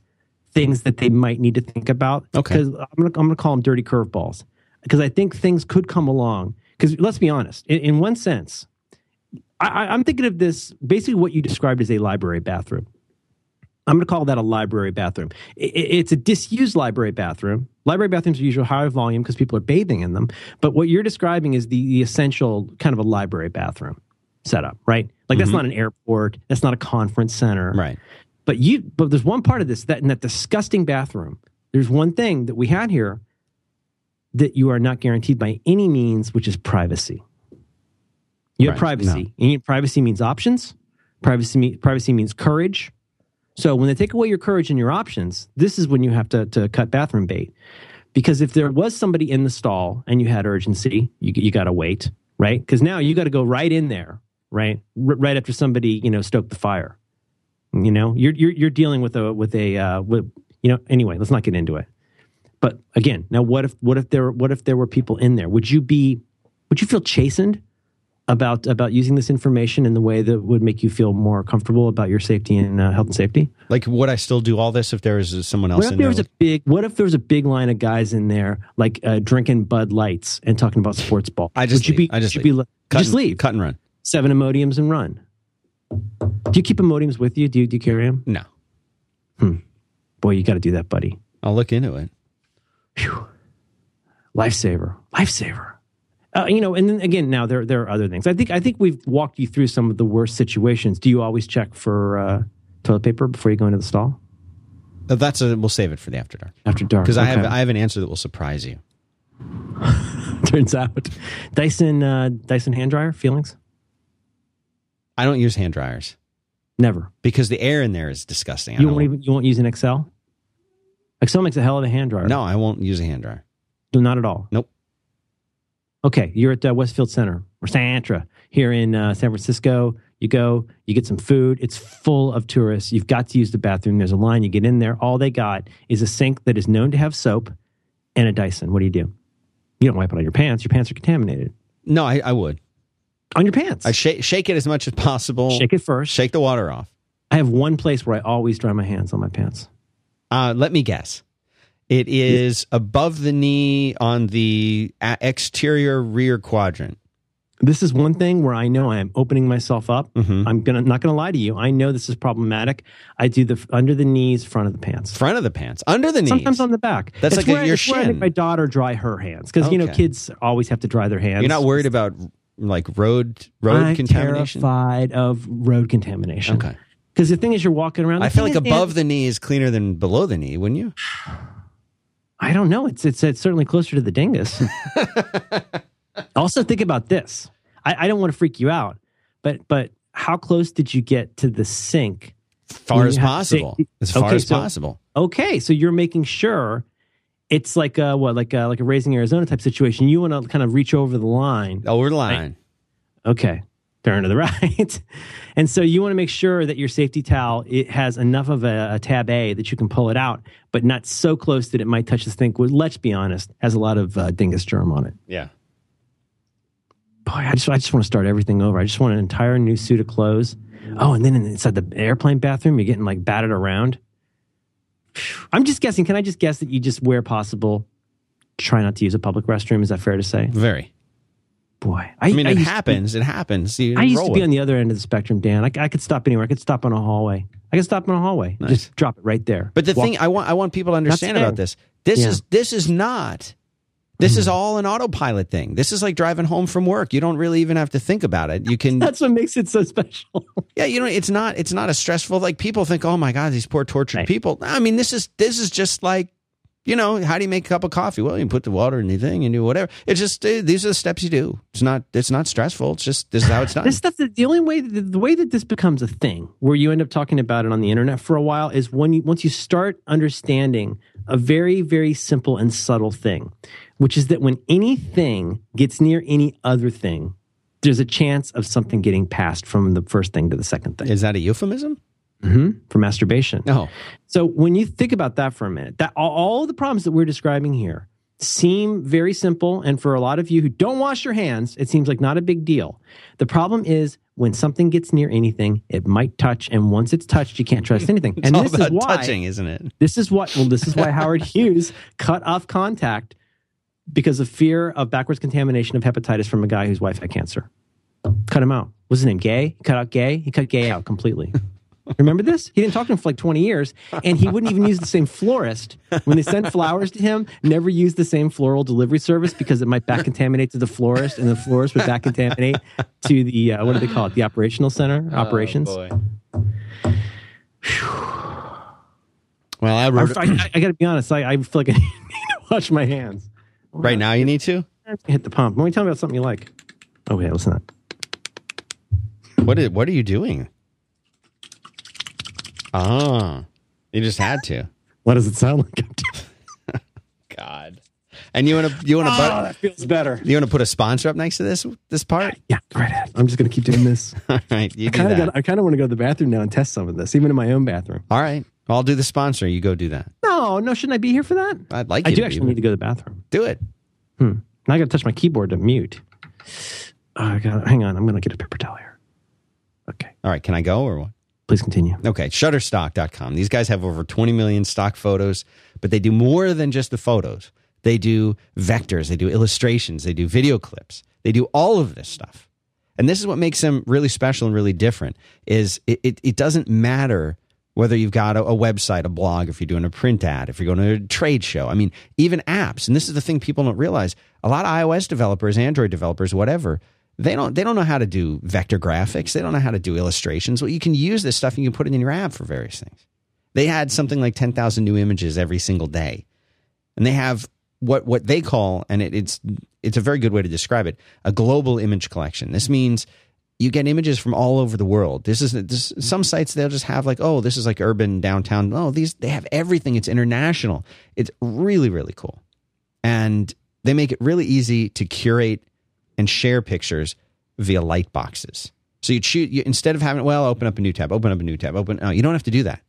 S3: things that they might need to think about?
S2: Okay.
S3: because I'm gonna I'm gonna call them dirty curveballs because I think things could come along. Because let's be honest, in, in one sense, I, I, I'm thinking of this basically what you described as a library bathroom. I'm going to call that a library bathroom. I- I- it's a disused library bathroom. Library bathrooms are usually higher volume because people are bathing in them. But what you're describing is the, the essential kind of a library bathroom setup, right? Like that's
S2: Mhm.
S3: not an airport. That's not a conference center.
S2: Right.
S3: But you, but there's one part of this that in that disgusting bathroom. There's one thing that we had here that you are not guaranteed by any means, which is privacy. You have
S2: Right,
S3: privacy. And you- privacy means options. Privacy me- privacy means courage. So when they take away your courage and your options, this is when you have to to cut bathroom bait. Because if there was somebody in the stall and you had urgency, you you got to wait, right? Because now you got to go right in there, right? R- right after somebody you know stoked the fire You know, you're you're, you're dealing with a with a uh, with, you know. Anyway, let's not get into it. But again, now what if what if there what if there were people in there? Would you be would you feel chastened about about using this information in the way that would make you feel more comfortable about your safety and uh, health and safety?
S2: Like, would I still do all this if there was someone else
S3: What if
S2: in
S3: there
S2: there?
S3: was a big what if there was a big line of guys in there like uh, drinking Bud Lights and talking about sports ball?
S2: I just
S3: would you
S2: leave.
S3: be
S2: I just
S3: would you be
S2: leave.
S3: le-
S2: Cut
S3: just
S2: and-
S3: leave
S2: Cut and run.
S3: seven emodiums and run. Do you keep emodiums with you? Do you, do you carry them?
S2: No,
S3: Boy, you got to do that, buddy.
S2: I'll look into it.
S3: Phew. Lifesaver, lifesaver. Uh, you know, and then again, now there there are other things. I think I think we've walked you through some of the worst situations. Do you always check for uh, toilet paper before you go into the stall
S2: Uh, That's a, we'll save it for the after dark
S3: after dark?
S2: because I have
S3: Okay.
S2: I have an answer that will surprise you.
S3: turns out Dyson uh, Dyson hand dryer feelings
S2: I don't use hand dryers
S3: never.
S2: because the air in there is disgusting. I
S3: You
S2: don't-
S3: won't even you won't use an Excel. Excel makes a hell of a hand dryer.
S2: no, I won't use a hand dryer.
S3: Not at all.
S2: Nope.
S3: Okay, you're at uh, Westfield Center or Santra here in uh, San Francisco. You go, you get some food. It's full of tourists. You've got to use the bathroom. There's a line. You get in there. All they got is a sink that is known to have soap and a Dyson. What do you do? You don't wipe it on your pants. Your pants are contaminated.
S2: No, I, I would.
S3: On your pants.
S2: I shake shake it as much as possible.
S3: Shake it first.
S2: Shake the water off.
S3: I have one place where I always dry my hands on my pants.
S2: Uh, let me guess. It is above the knee on the a- exterior rear quadrant.
S3: This is one thing where I know I am opening myself up.
S2: Mhm.
S3: I'm gonna not gonna lie to you. I know this is problematic. I do the f- under the knees, front of the pants.
S2: front of the pants, under the knees.
S3: Sometimes on the back.
S2: That's
S3: It's
S2: like a-
S3: where,
S2: your
S3: it's where I
S2: shin.
S3: make my daughter dry her hands because you know
S2: Okay.
S3: kids always have to dry their hands.
S2: You're not worried about like road road
S3: I'm
S2: contamination.
S3: Terrified of road contamination.
S2: Okay.
S3: Because the thing is, you're walking around.
S2: I
S3: the
S2: feel
S3: thing
S2: like
S3: is, Dan,
S2: above the knee is cleaner than below the knee, wouldn't you?
S3: I don't know. It's it's, it's certainly closer to the dingus. also, think about this. I, I don't want to freak you out, but but how close did you get to the sink?
S2: Far
S3: You
S2: as
S3: have to say-
S2: possible. As far
S3: Okay,
S2: as
S3: so-
S2: possible.
S3: Okay, so you're making sure it's like a, what like a, like a raising Arizona type situation. You want to kind of reach over the line.
S2: Over the line.
S3: okay turn to the right and so you want to make sure that your safety towel it has enough of a, a tab a that you can pull it out but not so close that it might touch the sink which let's be honest has a lot of uh, dingus germ on it
S2: Yeah.
S3: boy I just, I just want to start everything over i just want an entire new suit of clothes oh and then inside the airplane bathroom you're getting like batted around i'm just guessing can i just guess that you just where possible try not to use a public restroom is that fair to say
S2: Very.
S3: boy
S2: I mean, it
S3: used to-
S2: happens. It happens. You
S3: I used
S2: roll
S3: to be
S2: with
S3: on the other end of the spectrum, Dan. I, I could stop anywhere. I could stop on a hallway. I could stop on a hallway.
S2: Nice.
S3: Just drop it right there.
S2: But the
S3: Walk-
S2: thing I want I want people to understand
S3: fair.
S2: about this. This
S3: Yeah. Mm-hmm.
S2: is this is not this is all an autopilot thing. This is like driving home from work. You don't really even have to think about it. You can
S3: that's what makes it so special.
S2: Yeah, you know, it's not it's not a stressful like people think, "Oh my god, these poor tortured
S3: Right.
S2: people." I mean, this is this is just like you know, how do you make a cup of coffee? Well, you put the water in the thing and do whatever. It's just uh, these are the steps you do. It's not it's not stressful. It's just this is how it's done.
S3: this stuff that the only way the, the way that this becomes a thing where you end up talking about it on the internet for a while is when you once you start understanding a very very simple and subtle thing, which is that when anything gets near any other thing, there's a chance of something getting passed from the first thing to the second thing.
S2: is that a euphemism? Mm-hmm.
S3: hmm For masturbation.
S2: No.
S3: So when you think about that for a minute, that all, all the problems that we're describing here seem very simple and for a lot of you who don't wash your hands, it seems like not a big deal. The problem is when something gets near anything, it might touch and once it's touched, you can't trust anything.
S2: It's
S3: and
S2: all
S3: this
S2: about
S3: is why
S2: touching, isn't it?
S3: this is what well this is why Howard Hughes cut off contact because of fear of backwards contamination of hepatitis from a guy whose wife had cancer. Cut him out. What's his name? Gay? He cut out gay? He cut gay out completely. Remember this? He didn't talk to him for like 20 years, and he wouldn't even use the same florist. When they sent flowers to him, never use the same floral delivery service because it might back contaminate to the florist, and the florist would back contaminate to the, uh, what do they call it? The operational center, operations.
S2: Well, I
S3: I'm
S2: wrote
S3: sorry, I, I got to be honest. I, I feel like I need to wash my hands.
S2: right now you need to.
S3: Hit the pump. Let me tell me about something you like. Oh yeah, listen up.
S2: What is, what are you doing? Ah. You just had to.
S3: What does it sound like? I'm doing?
S2: God. And you want to you want to
S3: Oh, that feels better.
S2: you want to put a sponsor up next to this this part?
S3: Yeah, go right ahead. I'm just going to keep doing this.
S2: All right, you
S3: I
S2: do
S3: kind of
S2: that.
S3: got. I kind of want to go to the bathroom now and test some of this, even in my own bathroom.
S2: All right, well, I'll do the sponsor. You go do that.
S3: No, no, shouldn't I be here for that?
S2: I'd like
S3: I
S2: you
S3: do
S2: to
S3: actually
S2: be,
S3: need to go to the bathroom.
S2: do it.
S3: Now I got to touch my keyboard to mute. Oh, I got. Hang on. I'm going to get a paper towel here. Okay,
S2: All right, can I go or what?
S3: please continue.
S2: Okay, shutterstock.com. These guys have over 20 million stock photos, but they do more than just the photos. They do vectors, they do illustrations, they do video clips. They do all of this stuff. And this is what makes them really special and really different is it, it, it doesn't matter whether you've got a, a website, a blog, if you're doing a print ad, if you're going to a trade show. I mean, even apps. And this is the thing people don't realize. A lot of iOS developers, Android developers, whatever, they don't they don't know how to do vector graphics. They don't know how to do illustrations. Well, you can use this stuff and you can put it in your app for various things. They had something like 10,000 new images every single day. And they have what what they call and it, it's it's a very good way to describe it, a global image collection. This means you get images from all over the world. This is this, some sites they'll just have like, oh, this is like urban downtown. Oh, these they have everything. It's international. It's really really cool, and they make it really easy to curate and share pictures via light boxes. So you choose you, instead of having well, open up a new tab, open up a new tab, open. Oh, you don't have to do that.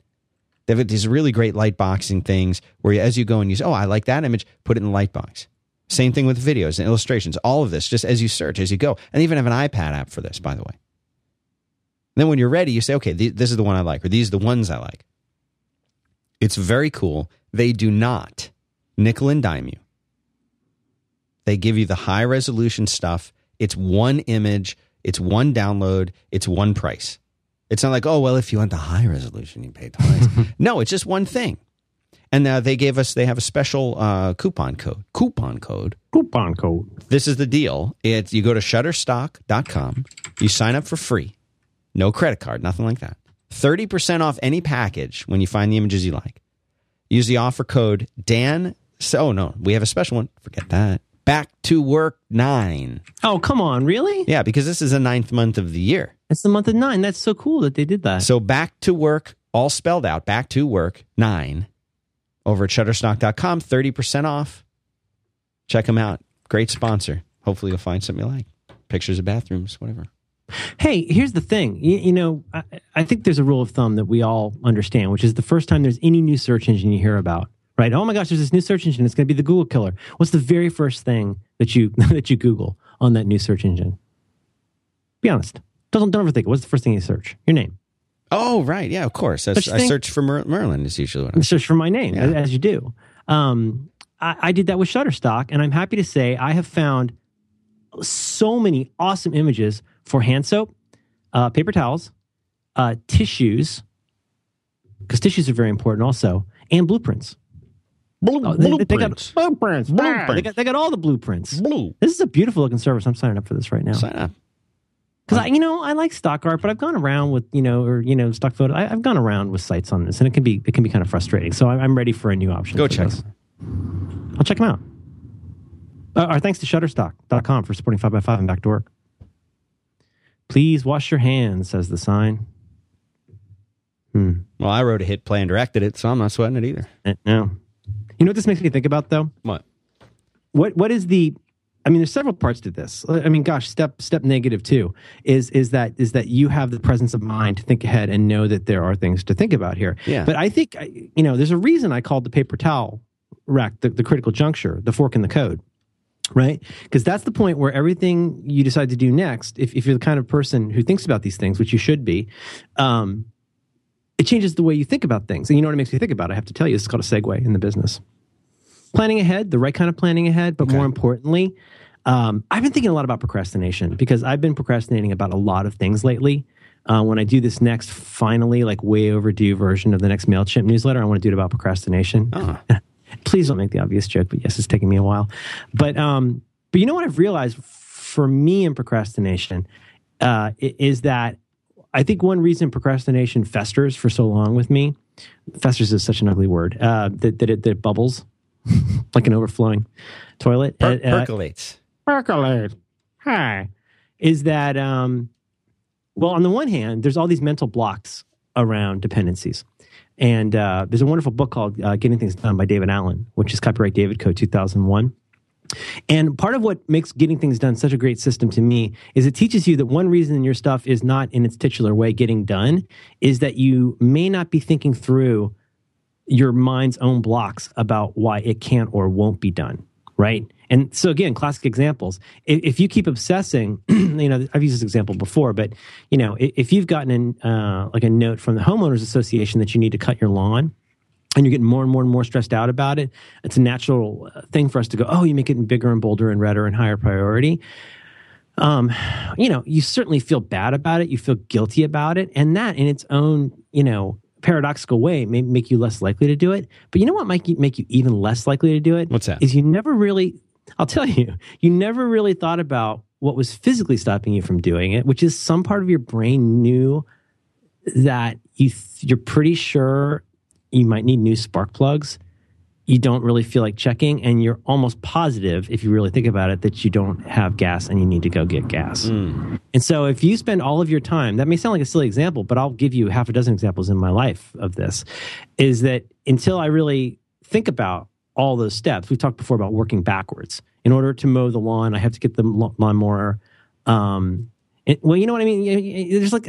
S2: They've got these really great light boxing things where as you go and you say, oh, I like that image, put it in the light box. Same thing with videos and illustrations. All of this just as you search, as you go, and they even have an iPad app for this, by the way. Then when you're ready, you say, okay, th- this is the one I like, or these are the ones I like. It's very cool. They do not nickel and dime you. They give you the high resolution stuff. It's one image, it's one download, it's one price. It's not like, oh, well, if you want the high resolution, you pay twice. no, it's just one thing. And uh, they gave us, they have a special uh, coupon code. Coupon code
S3: Coupon code.
S2: this is the deal. It's you go to shutterstock.com, you sign up for free. No credit card, nothing like that. 30% off any package when you find the images you like. Use the offer code Dan so oh, no, we have a special one. Forget that. Back to work 9.
S3: Oh, come on, really?
S2: Yeah, because this is the ninth month of the year.
S3: It's the month of nine. That's so cool that they did that.
S2: So back to work, all spelled out, back to work 9 over at shutterstock.com, 30% off. Check them out. Great sponsor. Hopefully you'll find something you like. Pictures of bathrooms, whatever.
S3: Hey, here's the thing. You, you know, I, I think there's a rule of thumb that we all understand, which is the first time there's any new search engine you hear about, right? Oh my gosh, there's this new search engine. It's going to be the Google killer. What's the very first thing that you that you Google on that new search engine? Be honest. Don't don't overthink it. What's the first thing you search? Your name.
S2: Oh, right. Yeah, of course. I,
S3: Don't you
S2: I
S3: think-
S2: search for Mer- Merlin is usually what I
S3: And search for my name
S2: Yeah.
S3: as, as you do. Um, I, I did that with Shutterstock, and I'm happy to say I have found so many awesome images for hand soap, uh, paper towels, uh, tissues, because tissues are very important also, and blueprints. Oh, they, they- they got blueprints. blueprints. They, got, they got all the blueprints.
S2: Blue.
S3: This is a beautiful looking service. I'm signing up for this right now
S2: Sign up.
S3: because you know I like stock art, but I've gone around with you know or you know stock photo. I, I've gone around with sites on this, and it can be it can be kind of frustrating. So I'm, I'm ready for a new option.
S2: Go
S3: for
S2: check
S3: this. I'll check them out. Uh, our thanks to Shutterstock.com for supporting Five by Five and Back to Work. Please wash your hands, says the sign. Hmm.
S2: Well, I wrote a hit play and directed it, so I'm not sweating it either.
S3: Eh, No. You know what this makes me think about though?
S2: What?
S3: what what is the I mean, there's several parts to this. I mean, gosh, step step negative two is is that is that you have the presence of mind to think ahead and know that there are things to think about here.
S2: Yeah.
S3: But I think I- you know, there's a reason I called the paper towel rack the, the critical juncture, the fork in the code, right? Because that's the point where everything you decide to do next, if if you're the kind of person who thinks about these things, which you should be, um, it changes the way you think about things. And you know what it makes me think about? I have to tell you, it's called a segue in the business. Planning ahead, the right kind of planning ahead, but
S2: Okay.
S3: more importantly, um, I've been thinking a lot about procrastination because I've been procrastinating about a lot of things lately. Uh, when I do this next, finally, like way overdue version of the next MailChimp newsletter, I want to do it about procrastination
S2: Oh,
S3: please don't make the obvious joke, but yes, it's taking me a while. But um, but you know what I've realized for me in procrastination uh, i- is that I think one reason procrastination festers for so long with me, festers is such an ugly word uh, that that it, that it bubbles like an overflowing toilet.
S2: per-
S3: Uh, uh,
S2: percolates.
S3: percolate. Hi. Is that um well on the one hand, there's all these mental blocks around dependencies. And uh, there's a wonderful book called uh, Getting Things Done by David Allen, which is copyright David Co. 2001. And part of what makes getting things done such a great system to me is it teaches you that one reason your stuff is not in its titular way getting done is that you may not be thinking through your mind's own blocks about why it can't or won't be done, right? And so again, classic examples. If, if you keep obsessing, you know, I've used this example before, but you know, if, if you've gotten an, uh, like a note from the homeowners association that you need to cut your lawn, and you're getting more and more and more stressed out about it, it's a natural thing for us to go, oh, you make it bigger and bolder and redder and higher priority. Um, you know, you certainly feel bad about it. You feel guilty about it. And that in its own, you know, paradoxical way may make you less likely to do it. But you know what might make you even less likely to do it?
S2: What's that?
S3: Is you never really, I'll tell you, you never really thought about what was physically stopping you from doing it, which is some part of your brain knew that you th- you're pretty sure you might need new spark plugs. You don't really feel like checking, and you're almost positive, if you really think about it, that you don't have gas and you need to go get gas.
S2: Hmm.
S3: And so, if you spend all of your time, that may sound like a silly example, but I'll give you half a dozen examples in my life of this. Is that until I really think about all those steps, we've talked before about working backwards. In order to mow the lawn, I have to get the lawn- lawnmower. Um, and- well, you know what I mean. You- you- There's like,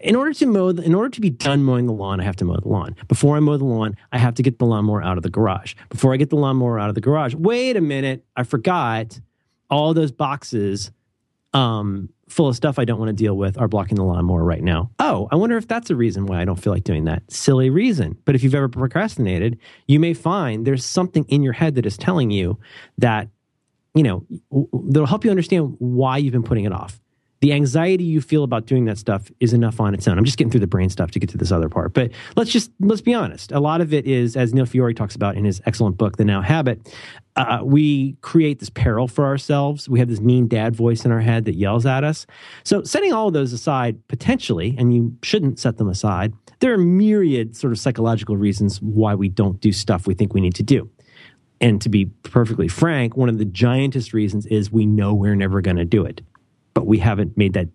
S3: in order to mow, the, in order to be done mowing the lawn, I have to mow the lawn. Before I mow the lawn, I have to get the lawnmower out of the garage. Before I get the lawnmower out of the garage, wait a minute, I forgot all those boxes um, full of stuff I don't want to deal with are blocking the lawnmower right now. Oh, I wonder if that's a reason why I don't feel like doing that. Silly reason. But if you've ever procrastinated, you may find there's something in your head that is telling you that, you know, w- w- that'll help you understand why you've been putting it off. The anxiety you feel about doing that stuff is enough on its own. I'm just getting through the brain stuff to get to this other part. But let's just let's be honest. A lot of it is, as Neil Fiore talks about in his excellent book, The Now Habit, uh, we create this peril for ourselves. We have this mean dad voice in our head that yells at us. So, setting all of those aside, potentially, and you shouldn't set them aside, there are myriad sort of psychological reasons why we don't do stuff we think we need to do. And to be perfectly frank, one of the giantest reasons is we know we're never going to do it, but we haven't made that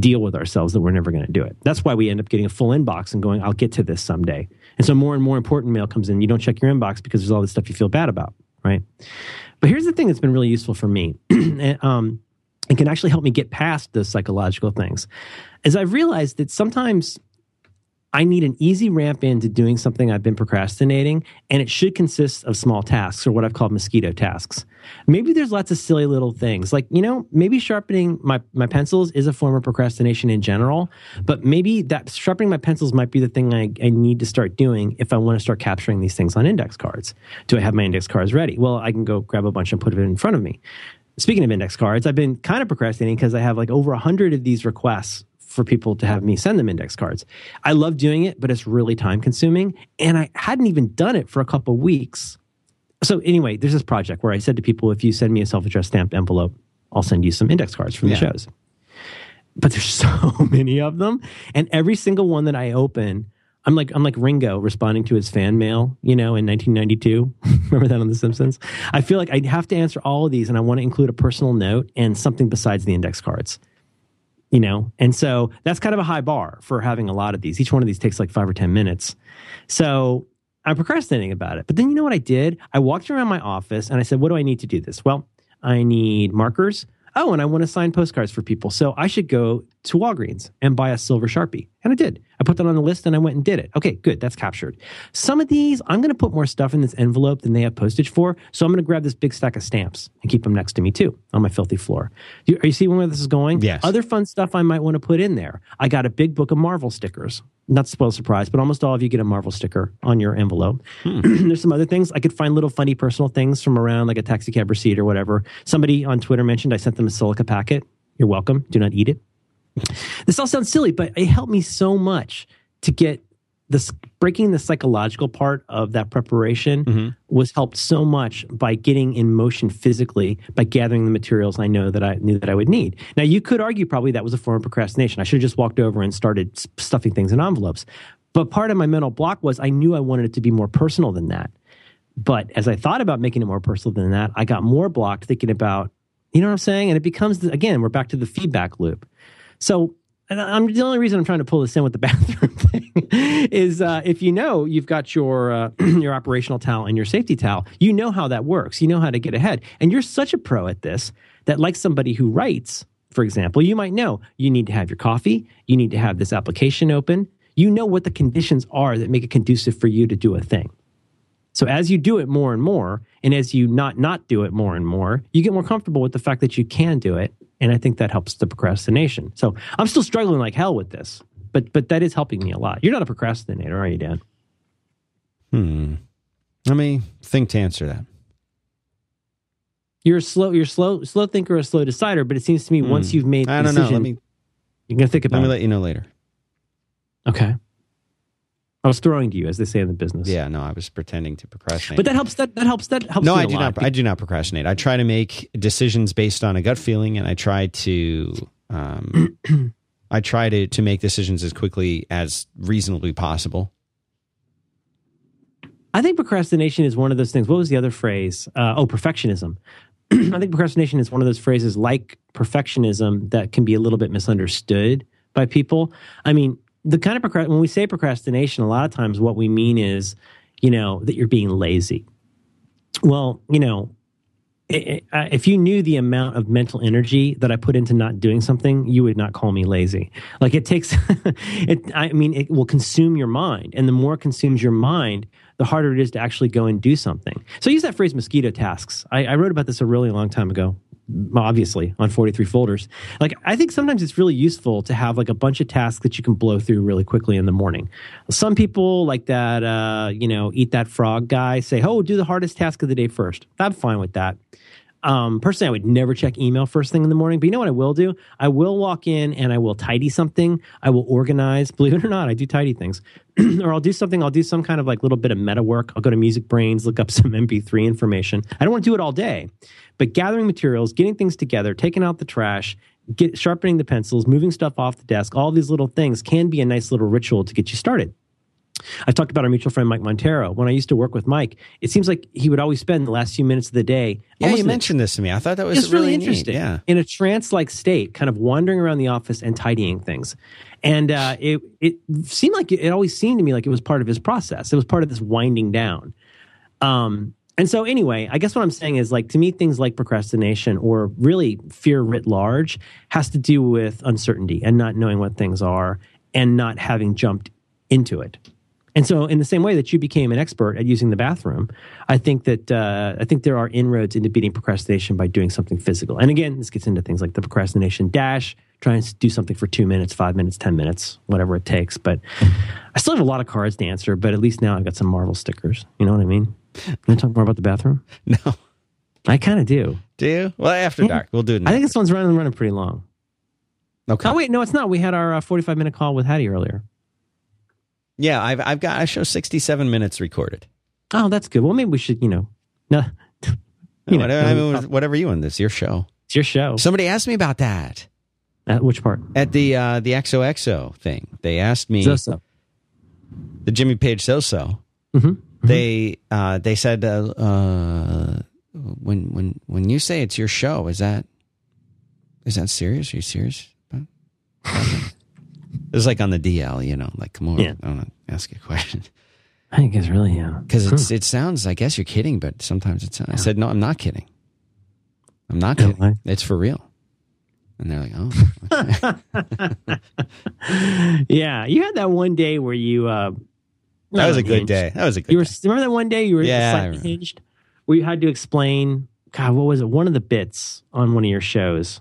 S3: deal with ourselves that we're never going to do it. That's why we end up getting a full inbox and going, I'll get to this someday. And so more and more important mail comes in. You don't check your inbox because there's all this stuff you feel bad about, right? But here's the thing that's been really useful for me. and, um, it can actually help me get past those psychological things. Is I've realized that sometimes I need an easy ramp into doing something I've been procrastinating, and it should consist of small tasks or what I've called mosquito tasks. Maybe there's lots of silly little things. Like, you know, maybe sharpening my, my pencils is a form of procrastination in general, but maybe that sharpening my pencils might be the thing I, I need to start doing if I want to start capturing these things on index cards. Do I have my index cards ready? Well, I can go grab a bunch and put it in front of me. Speaking of index cards, I've been kind of procrastinating because I have like over 100 of these requests for people to have me send them index cards. I love doing it, but it's really time consuming. And I hadn't even done it for a couple weeks. So, anyway, there's this project where I said to people, if you send me a self addressed stamped envelope, I'll send you some index cards from the
S2: Yeah.
S3: shows. But there's so many of them. And every single one that I open, I'm like I'm like Ringo responding to his fan mail, you know, in 1992. Remember that on The Simpsons? I feel like I have to answer all of these, and I want to include a personal note and something besides the index cards you know and so that's kind of a high bar for having a lot of these each one of these takes like five or ten minutes so i'm procrastinating about it but then you know what i did i walked around my office and i said what do i need to do this well i need markers oh and i want to sign postcards for people so i should go to walgreens and buy a silver sharpie and i did i put that on the list and i went and did it okay good that's captured some of these i'm going to put more stuff in this envelope than they have postage for so i'm going to grab this big stack of stamps and keep them next to me too on my filthy floor you, are you seeing where this is going
S2: Yes.
S3: other other fun stuff I might want to put in there. I got a big book of Marvel stickers. Not to spoil surprise, but almost all of you get a Marvel sticker on your envelope. There's some other things. I could find little funny personal things from around, like a taxi cab receipt or whatever. Somebody on Twitter mentioned I sent them a silica packet. You're welcome. Do not eat it. This all sounds silly, but it helped me so much to get this breaking the psychological part of that preparation was helped so much by getting in motion physically by gathering the materials I know that I knew that I would need. Now you could argue probably that was a form of procrastination. I should have just walked over and started s- stuffing things in envelopes. But part of my mental block was I knew I wanted it to be more personal than that. But as I thought about making it more personal than that, I got more blocked thinking about, you know what I'm saying? And it becomes, the- again, we're back to the feedback loop. So and I- I'm the only reason I'm trying to pull this in with the bathroom thing is uh, if you know you've got your uh, your operational towel and your safety towel, you know how that works. You know how to get ahead, and you're such a pro at this that, like somebody who writes, for example, you might know you need to have your coffee, you need to have this application open, you know what the conditions are that make it conducive for you to do a thing. So as you do it more and more, and as you not not do it more and more, you get more comfortable with the fact that you can do it, and I think that helps the procrastination. So I'm still struggling like hell with this, but but that is helping me a lot. You're not a procrastinator, are you, Dan?
S2: Hmm. Let me think to answer that.
S3: You're a slow, you're a slow, slow thinker, a slow decider. But it seems to me once you've made,
S2: Hmm. I
S3: the
S2: don't know.
S3: decision,
S2: Let me
S3: you're gonna think
S2: let
S3: about
S2: me
S3: it.
S2: let you know later.
S3: okay. I was throwing to you, as they say in the business.
S2: Yeah, no, I was pretending to procrastinate.
S3: But that helps. That that helps. That helps.
S2: no,
S3: me
S2: I
S3: a
S2: do
S3: lot.
S2: not. I do not procrastinate. I try to make decisions based on a gut feeling, and I try to, um, I try to to make decisions as quickly as reasonably possible.
S3: I think procrastination is one of those things. What was the other phrase? Uh, oh, perfectionism. I think procrastination is one of those phrases like perfectionism that can be a little bit misunderstood by people. I mean, the kind of procrast- when we say procrastination, a lot of times what we mean is, you know, that you're being lazy. Well, you know, i i if you knew the amount of mental energy that I put into not doing something, you would not call me lazy. Like it takes, it. I mean, it will consume your mind, and the more it consumes your mind, the harder it is to actually go and do something. So I use that phrase mosquito tasks. I, I wrote about this a really long time ago, obviously on 43 folders. Like I think sometimes it's really useful to have like a bunch of tasks that you can blow through really quickly in the morning. Some people like that, uh, you know, eat that frog guy say, oh, do the hardest task of the day first. I'm fine with that. Um, personally, I would never check email first thing in the morning, but you know what I will do? I will walk in and I will tidy something. I will organize. Believe it or not, I do tidy things. or I'll do something. I'll do some kind of like little bit of meta work. I'll go to Music Brains, look up some MP3 information. I don't want to do it all day, but gathering materials, getting things together, taking out the trash, get, sharpening the pencils, moving stuff off the desk, all these little things can be a nice little ritual to get you started. I've talked about our mutual friend Mike Montero. When I used to work with Mike, it seems like he would always spend the last few minutes of the day
S2: Yeah,
S3: almost
S2: you
S3: in a
S2: mentioned this to me. I thought that was
S3: it's really,
S2: really neat.
S3: interesting.
S2: Yeah,
S3: In a trance-like state, kind of wandering around the office and tidying things, and uh, it it seemed like it always seemed to me like it was part of his process. It was part of this winding down. Um, and so, anyway, I guess what I'm saying is like to me, things like procrastination or really fear writ large has to do with uncertainty and not knowing what things are and not having jumped into it. And so, in the same way that you became an expert at using the bathroom, I think that uh, I think there are inroads into beating procrastination by doing something physical. And again, this gets into things like the procrastination dash, trying to do something for two minutes, five minutes, ten minutes, whatever it takes. But I still have a lot of cards to answer. But at least now I've got some Marvel stickers. You know what I mean? Can I talk more about the bathroom?
S2: no,
S3: I kind of do.
S2: do you? Well, after dark, we'll do it.
S3: Mm-hmm. I think this one's running running pretty long.
S2: okay.
S3: Oh wait, no, it's not. We had our uh, forty five minute call with Hattie earlier.
S2: yeah, I've I've got I show sixty seven minutes recorded.
S3: Oh, that's good. Well, maybe we should, you know, no, you know, Oh.
S2: whatever, I mean, whatever you want, this your show.
S3: it's your show.
S2: Somebody asked me about that
S3: Uh, which part?
S2: at the uh, the XOXO thing. They asked me
S3: Zoso.
S2: the Jimmy Page so-so.
S3: hmm
S2: They uh, they said uh, uh, when when when you say it's your show, is that is that serious? Are you serious? about that?" it was like on the DL, you know, like come on,
S3: Yeah.
S2: I want to ask you a question
S3: I think it's really uh, yeah.
S2: because it's it sounds. I guess you're kidding, but sometimes it's. I said no, I'm not kidding. I'm not kidding.
S3: Okay.
S2: It's for real. And they're like, oh,
S3: yeah, you had that one day where you. Uh,
S2: that was a
S3: not
S2: good
S3: unhinged.
S2: day. That was a good.
S3: You were
S2: day.
S3: remember that one day you were
S2: Yeah, I
S3: slightly
S2: remember.
S3: hinged, where you had to explain. God, what was it? One of the bits on one of your shows,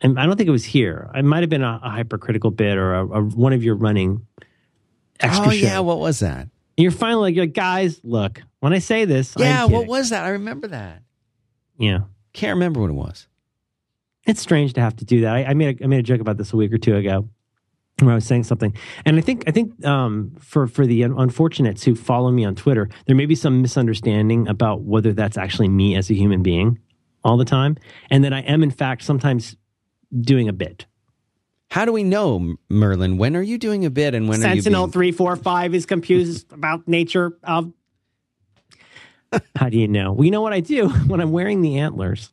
S3: and I don't think it was here. It might have been a, a hypercritical bit or a, a, one of your running extra
S2: oh
S3: shows.
S2: yeah, what was that?
S3: And you're finally like, you're like, guys, look, when I say this, I'm
S2: Yeah, what
S3: kidding."
S2: was that? I remember that.
S3: yeah.
S2: Can't remember what it was.
S3: it's strange to have to do that. I, I made a, I made a joke about this a week or two ago where I was saying something, and I think I think um, for for the un- unfortunates who follow me on Twitter, there may be some misunderstanding about whether that's actually me as a human being all the time, and that I am in fact sometimes doing a bit.
S2: How do we know, M- Merlin? When are you doing a bit, and when are you?
S3: Sentinel
S2: Being,
S3: three four five is confused about nature of. How do you know? Well, you know what I do when I'm wearing the antlers. Do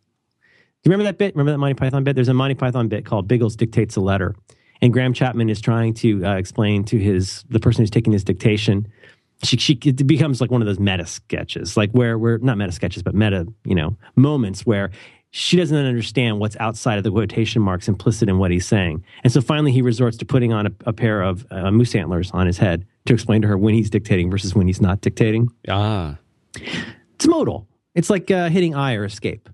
S3: you remember that bit? Remember that Monty Python bit? There's a Monty Python bit called Biggles Dictates a Letter. and Graham Chapman is trying to uh, explain to his the person who's taking his dictation. She, she it becomes like one of those meta sketches, like where we're not meta sketches, but meta you know moments where she doesn't understand what's outside of the quotation marks implicit in what he's saying, and so finally he resorts to putting on a, a pair of uh, moose antlers on his head to explain to her when he's dictating versus when he's not dictating.
S2: Ah,
S3: It's modal. It's like uh, hitting I or escape.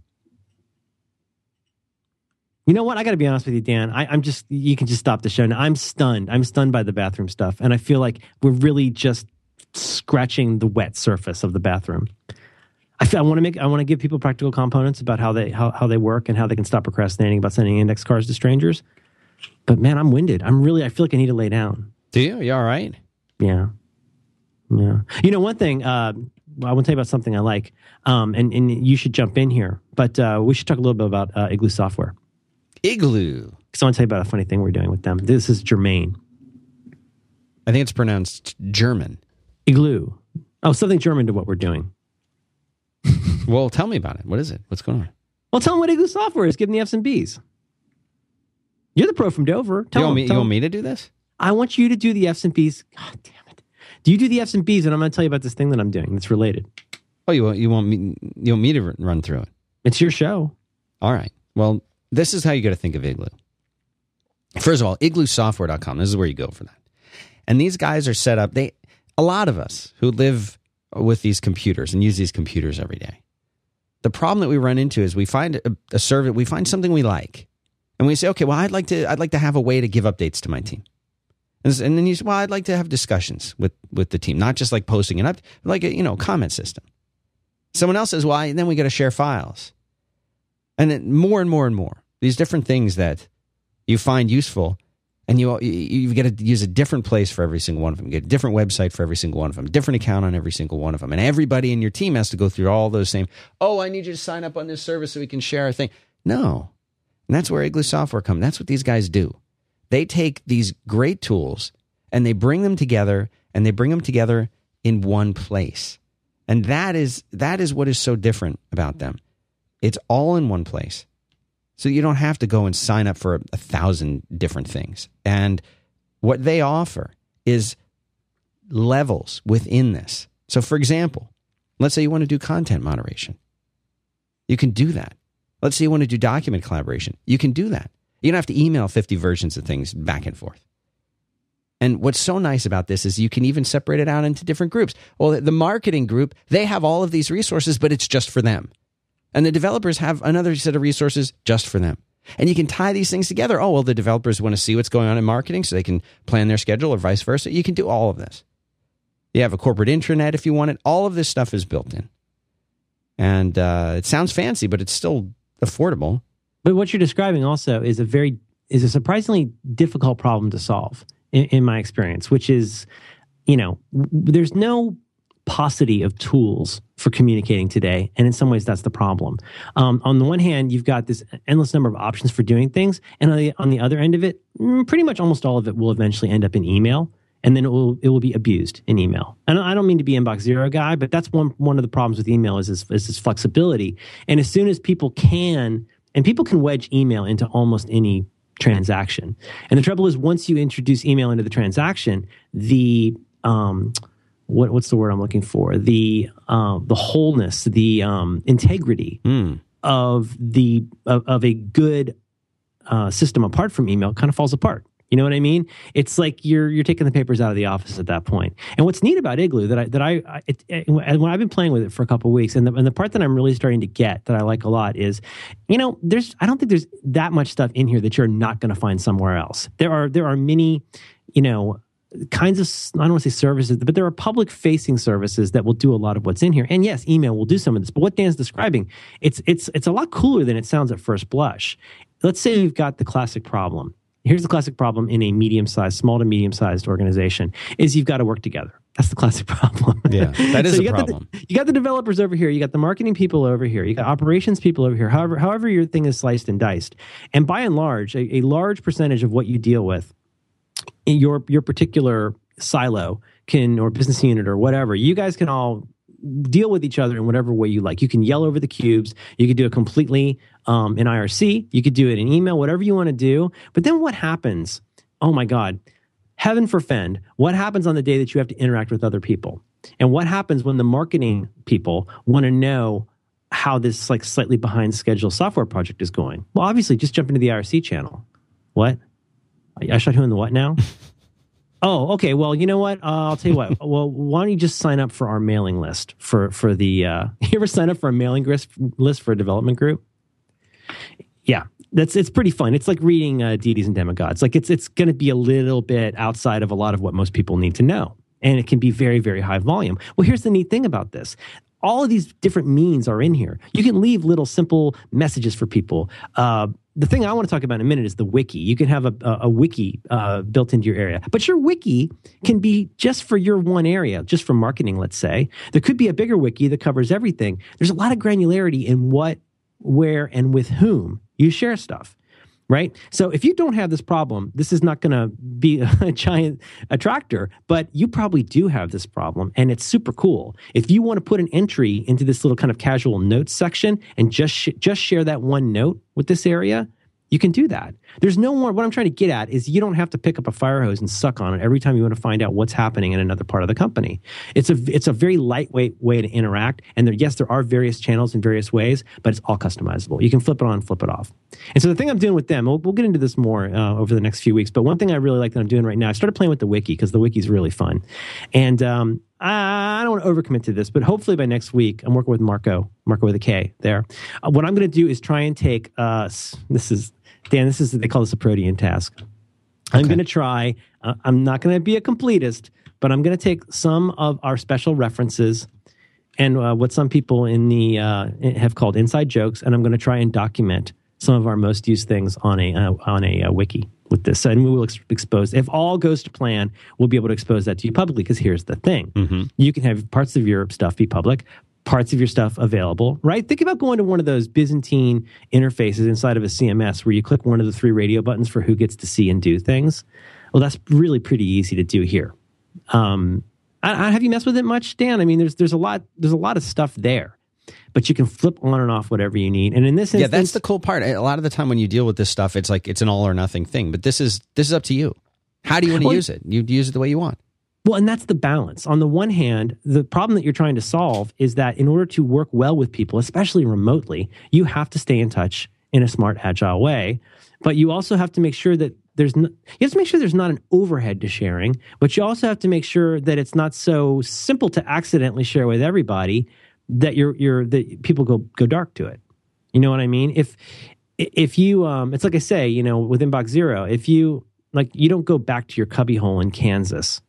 S3: You know what? I got to be honest with you, Dan. I, I'm just, you can just stop the show now. I'm stunned. I'm stunned by the bathroom stuff. And I feel like we're really just scratching the wet surface of the bathroom. I, feel, I want to make, I want to give people practical components about how they, how, how they work and how they can stop procrastinating about sending index cards to strangers. But man, I'm winded. I'm really, I feel like I need to lay down.
S2: do you? You all right?
S3: Yeah. Yeah. You know, one thing, uh, well, I want to tell you about something I like, um, and, and you should jump in here, but uh, we should talk a little bit about uh, Igloo software.
S2: Igloo.
S3: Because I want to tell you about a funny thing we're doing with them. This is germane.
S2: I think it's pronounced German.
S3: Igloo. Oh, something German to what we're doing.
S2: Well, tell me about it. What is it? What's going on?
S3: Well, tell them what Igloo software is. Give them the F's and B's. You're the pro from Dover. Tell
S2: you want
S3: them.
S2: me? You want me to do this?
S3: I want you to do the F's and B's. God damn it. Do you do the F's and B's? And I'm going to tell you about this thing that I'm doing that's related.
S2: Oh, you want you want me? You want me to r- run through it?
S3: It's your show.
S2: All right. Well, this is how you got to think of Igloo. First of all, igloosoftware.com. This is where you go for that. And these guys are set up, they a lot of us who live with these computers and use these computers every day. The problem that we run into is we find a, a service, we find something we like. And we say, "Okay, well, I'd like to I'd like to have a way to give updates to my team." And, s- and then you say, "Well, I'd like to have discussions with with the team, not just like posting an up, like a, you know, comment system." Someone else says, "Why?" Well, I- and then we got to share files and it, more and more and more these different things that you find useful and you you- you got to use a different place for every single one of them you get a different website for every single one of them different account on every single one of them and everybody in your team has to go through all those same oh i need you to sign up on this service so we can share our thing no and that's where igloo software comes that's what these guys do they take these great tools and they bring them together and they bring them together in one place and that is that is what is so different about them it's all in one place. So you don't have to go and sign up for a, a thousand different things. And what they offer is levels within this. So, for example, let's say you want to do content moderation, you can do that. Let's say you want to do document collaboration, you can do that. You don't have to email 50 versions of things back and forth. And what's so nice about this is you can even separate it out into different groups. Well, the marketing group, they have all of these resources, but it's just for them. And the developers have another set of resources just for them. And you can tie these things together. Oh, well, the developers want to see what's going on in marketing so they can plan their schedule or vice versa. You can do all of this. You have a corporate intranet if you want it. All of this stuff is built in. And uh, it sounds fancy, but it's still affordable.
S3: But what you're describing also is a very is a surprisingly difficult problem to solve in, in my experience, which is, you know, w- there's no paucity of tools for communicating today, and in some ways that's the problem. Um, on the one hand, you've got this endless number of options for doing things, and on the, on the other end of it, mm, pretty much almost all of it will eventually end up in email. And then it will it will be abused in email. And I don't mean to be inbox zero guy, but that's one one of the problems with email is this, is this flexibility. And as soon as people can and people can wedge email into almost any transaction. And the trouble is, once you introduce email into the transaction, the um, what, what's the word I'm looking for? The um, the wholeness, the um, integrity
S2: Hmm.
S3: of the of, of a good uh, system apart from email kind of falls apart. You know what I mean? It's like you're you're taking the papers out of the office at that point. And what's neat about Igloo that I that I, I it, it- and when I've been playing with it for a couple of weeks, and the, and the part that I'm really starting to get that I like a lot is, you know, there's I don't think there's that much stuff in here that you're not going to find somewhere else. There are there are many, you know, kinds of s- I don't want to say services, but there are public facing services that will do a lot of what's in here. And yes, email will do some of this. But what Dan's describing, it's it's it's a lot cooler than it sounds at first blush. Let's say you've got the classic problem. Here's the classic problem in a medium sized, small to medium sized organization is you've got to work together. That's the classic problem.
S2: Yeah, that is
S3: So
S2: a
S3: you got the-
S2: problem.
S3: you got the developers over here, you got the marketing people over here, you got operations people over here. However, however your thing is sliced and diced, and by and large, a, a large percentage of what you deal with in your your particular silo can or business unit or whatever, you guys can all deal with each other in whatever way you like. You can yell over the cubes, you could do it completely um, in IRC, you could do it in email, whatever you want to do. But then what happens? oh my God, heaven forfend, what happens on the day that you have to interact with other people? And what happens when the marketing people want to know how this like slightly behind schedule software project is going? Well, obviously, just jump into the IRC channel. What? I I shot who in the what now? Oh, okay. Well, you know what? Uh, I'll tell you what. Well, why don't you just sign up for our mailing list for for the? Uh, you ever sign up for a mailing gris- list for a development group? Yeah, that's it's pretty fun. It's like reading uh, deities and demigods. Like it's it's going to be a little bit outside of a lot of what most people need to know, and it can be very very high volume. Well, here's the neat thing about this. All of these different means are in here. You can leave little simple messages for people. Uh, the thing I want to talk about in a minute is the wiki. You can have a, a, a wiki uh, built into your area, but your wiki can be just for your one area, just for marketing, let's say. There could be a bigger wiki that covers everything. There's a lot of granularity in what, where, and with whom you share stuff, right? So if you don't have this problem, this is not going to be a giant attractor, but you probably do have this problem, and it's super cool. If you want to put an entry into this little kind of casual notes section and just sh- just share that one note with this area, you can do that. There's no more. What I'm trying to get at is you don't have to pick up a fire hose and suck on it every time you want to find out what's happening in another part of the company. It's a it's a very lightweight way to interact. And there, yes, there are various channels in various ways, but it's all customizable. You can flip it on, flip it off. And so the thing I'm doing with them, we'll, we'll get into this more uh, over the next few weeks. But one thing I really like that I'm doing right now, I started playing with the wiki because the wiki's really fun. And um, I I don't want to overcommit to this, but hopefully by next week, I'm working with Marco, Marco with a K there. Uh, what I'm going to do is try and take uh, s- this is Dan. This is they call this a protean task. I'm
S2: Okay.
S3: going to try. Uh, I'm not going to be a completist, but I'm going to take some of our special references and uh, what some people in the uh, have called inside jokes, and I'm going to try and document some of our most used things on a uh, on a uh, wiki with this, and we will ex- expose. If all goes to plan, we'll be able to expose that to you publicly. Because here's the thing: you can have parts of your stuff be public. Parts of your stuff available, right? Think about going to one of those Byzantine interfaces inside of a CMS where you click one of the three radio buttons for who gets to see and do things. Well, that's really pretty easy to do here. Um, I, I, have you messed with it much, Dan? I mean, there's there's a lot there's a lot of stuff there, but you can flip on and off whatever you need. And in this instance,
S2: yeah, that's the cool part. A lot of the time when you deal with this stuff, it's like it's an all or nothing thing. But this is this is up to you. How do you want to
S3: Well,
S2: use it? You use it the way you want.
S3: Well, and that's the balance. On the one hand, the problem that you're trying to solve is that in order to work well with people, especially remotely, you have to stay in touch in a smart, agile way. But you also have to make sure that there's no, you have to make sure there's not an overhead to sharing, but you also have to make sure that it's not so simple to accidentally share with everybody that you're, you're that people go go dark to it. You know what I mean? If if you um, it's like I say, you know, with inbox zero, if you like, you don't go back to your cubbyhole in Kansas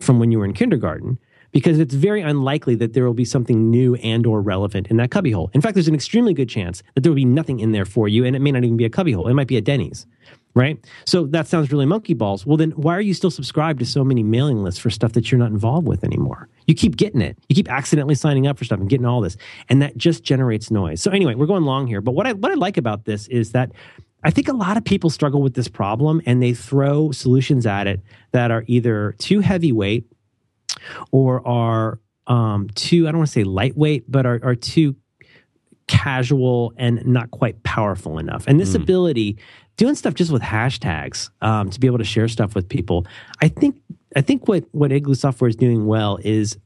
S3: from when you were in kindergarten because it's very unlikely that there will be something new and or relevant in that cubbyhole. In fact, there's an extremely good chance that there will be nothing in there for you, and it may not even be a cubbyhole. It might be a Denny's, right? So that sounds really monkey balls. Well, then why are you still subscribed to so many mailing lists for stuff that you're not involved with anymore? You keep getting it. You keep accidentally signing up for stuff and getting all this, and that just generates noise. So anyway, we're going long here, but what I what I like about this is that I think a lot of people struggle with this problem and they throw solutions at it that are either too heavyweight or are um, too, I don't want to say lightweight, but are, are too casual and not quite powerful enough. And this
S2: Mm.
S3: ability, doing stuff just with hashtags um, to be able to share stuff with people, I think, I think what, what Igloo Software is doing well is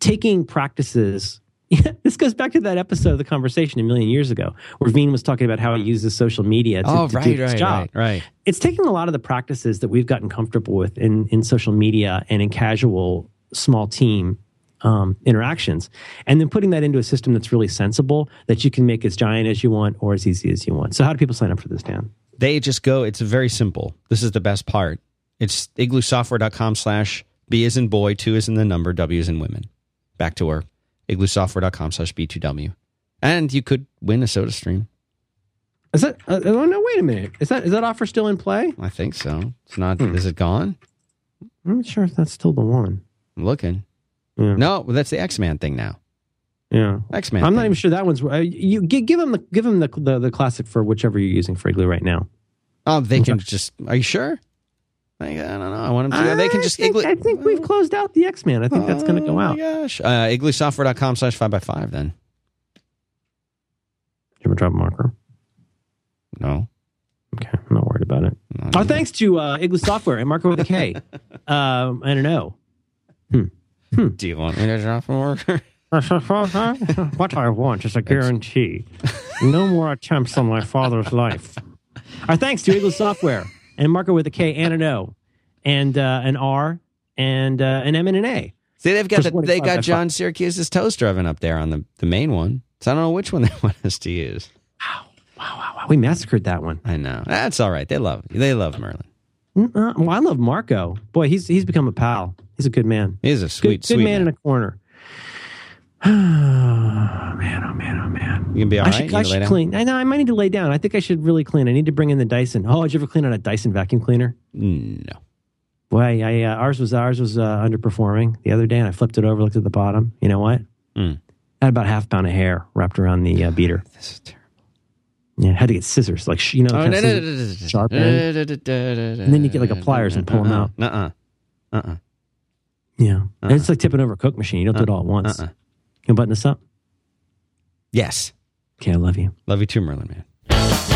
S3: taking practices. Yeah, this goes back to that episode of the conversation a million years ago where Veen was talking about how he uses social media to,
S2: oh,
S3: to
S2: right,
S3: do his
S2: right,
S3: job
S2: right, right.
S3: it's taking a lot of the practices that we've gotten comfortable with in in social media and in casual small team um, interactions, and then putting that into a system that's really sensible that you can make as giant as you want or as easy as you want. So, how do people sign up for this, Dan?
S2: They just go. It's very simple. This is the best part. It's igloosoftware.com slash B is in boy, two is in the number, W is in women. Back to her. Igloosoftware.com slash B2W. And you could win a soda stream.
S3: Is that? Uh, oh no! Wait a minute. Is that is that offer still in play?
S2: I think so. It's not,
S3: Hmm.
S2: is it gone?
S3: I'm not sure if that's still the one.
S2: I'm looking.
S3: Yeah.
S2: No, well, that's the X Man thing now.
S3: Yeah.
S2: X Man.
S3: I'm not even sure that one's. Uh, you gi- give them the give them the, the the classic for whichever you're using for Igloo right now.
S2: Oh, they can just. Are you sure? I, I don't know. I want them to. they can
S3: I
S2: just.
S3: Think, I think we've closed out the X Man. I think that's going to
S2: Oh,
S3: go
S2: my
S3: out.
S2: gosh. Uh, igloosoftware.com slash 5x5 then.
S3: Do you ever drop a marker?
S2: No.
S3: Okay, I'm not worried about it.
S2: no
S3: Our thanks to uh, Igloo Software and Marco with a K. um, and an O.
S2: Do you want me to drop an order?
S3: what I want is a guarantee. No more attempts on my father's life. Our thanks to Eagle Software and Marco with a K and an O and uh, an R and uh, an M and an A.
S2: See, they've got
S3: There's
S2: the,
S3: one in
S2: they
S3: front
S2: got
S3: of that
S2: John Syracuse's toast oven up there on the, the main one. So I don't know which one they want us to use.
S3: Wow, wow, wow. We massacred that one.
S2: I know that's all right. They love they love Merlin.
S3: Uh, well, I love Marco. Boy, he's he's become a pal. He's a good man.
S2: He's a sweet
S3: good,
S2: sweet
S3: good man,
S2: man.
S3: in a corner. Oh man, oh man, oh man.
S2: You can be all
S3: I
S2: right.
S3: should,
S2: You
S3: I
S2: can lay
S3: should
S2: down?
S3: clean. I know I might need to lay down. I think I should really clean. I need to bring in the Dyson. Oh, did you ever clean out a Dyson vacuum cleaner?
S2: No.
S3: Boy, I, I, uh, ours was ours was uh, underperforming the other day, and I flipped it over, looked at the bottom. You know what?
S2: Mm.
S3: I had about half pound of hair wrapped around the uh, beater.
S2: This is terrible.
S3: Yeah, had to get scissors, like sh- you know,
S2: Oh,
S3: the kind of scissors. sharp end.
S2: And
S3: then you get, like, a pliers and pull 'em out.
S2: Uh uh. Uh
S3: yeah. And
S2: Uh-uh.
S3: it's like tipping over a Coke machine. You don't do it all at
S2: uh. Uh
S3: once.
S2: uh.
S3: You button this up.
S2: Yes.
S3: Okay, I love you.
S2: Love you too, Merlin man.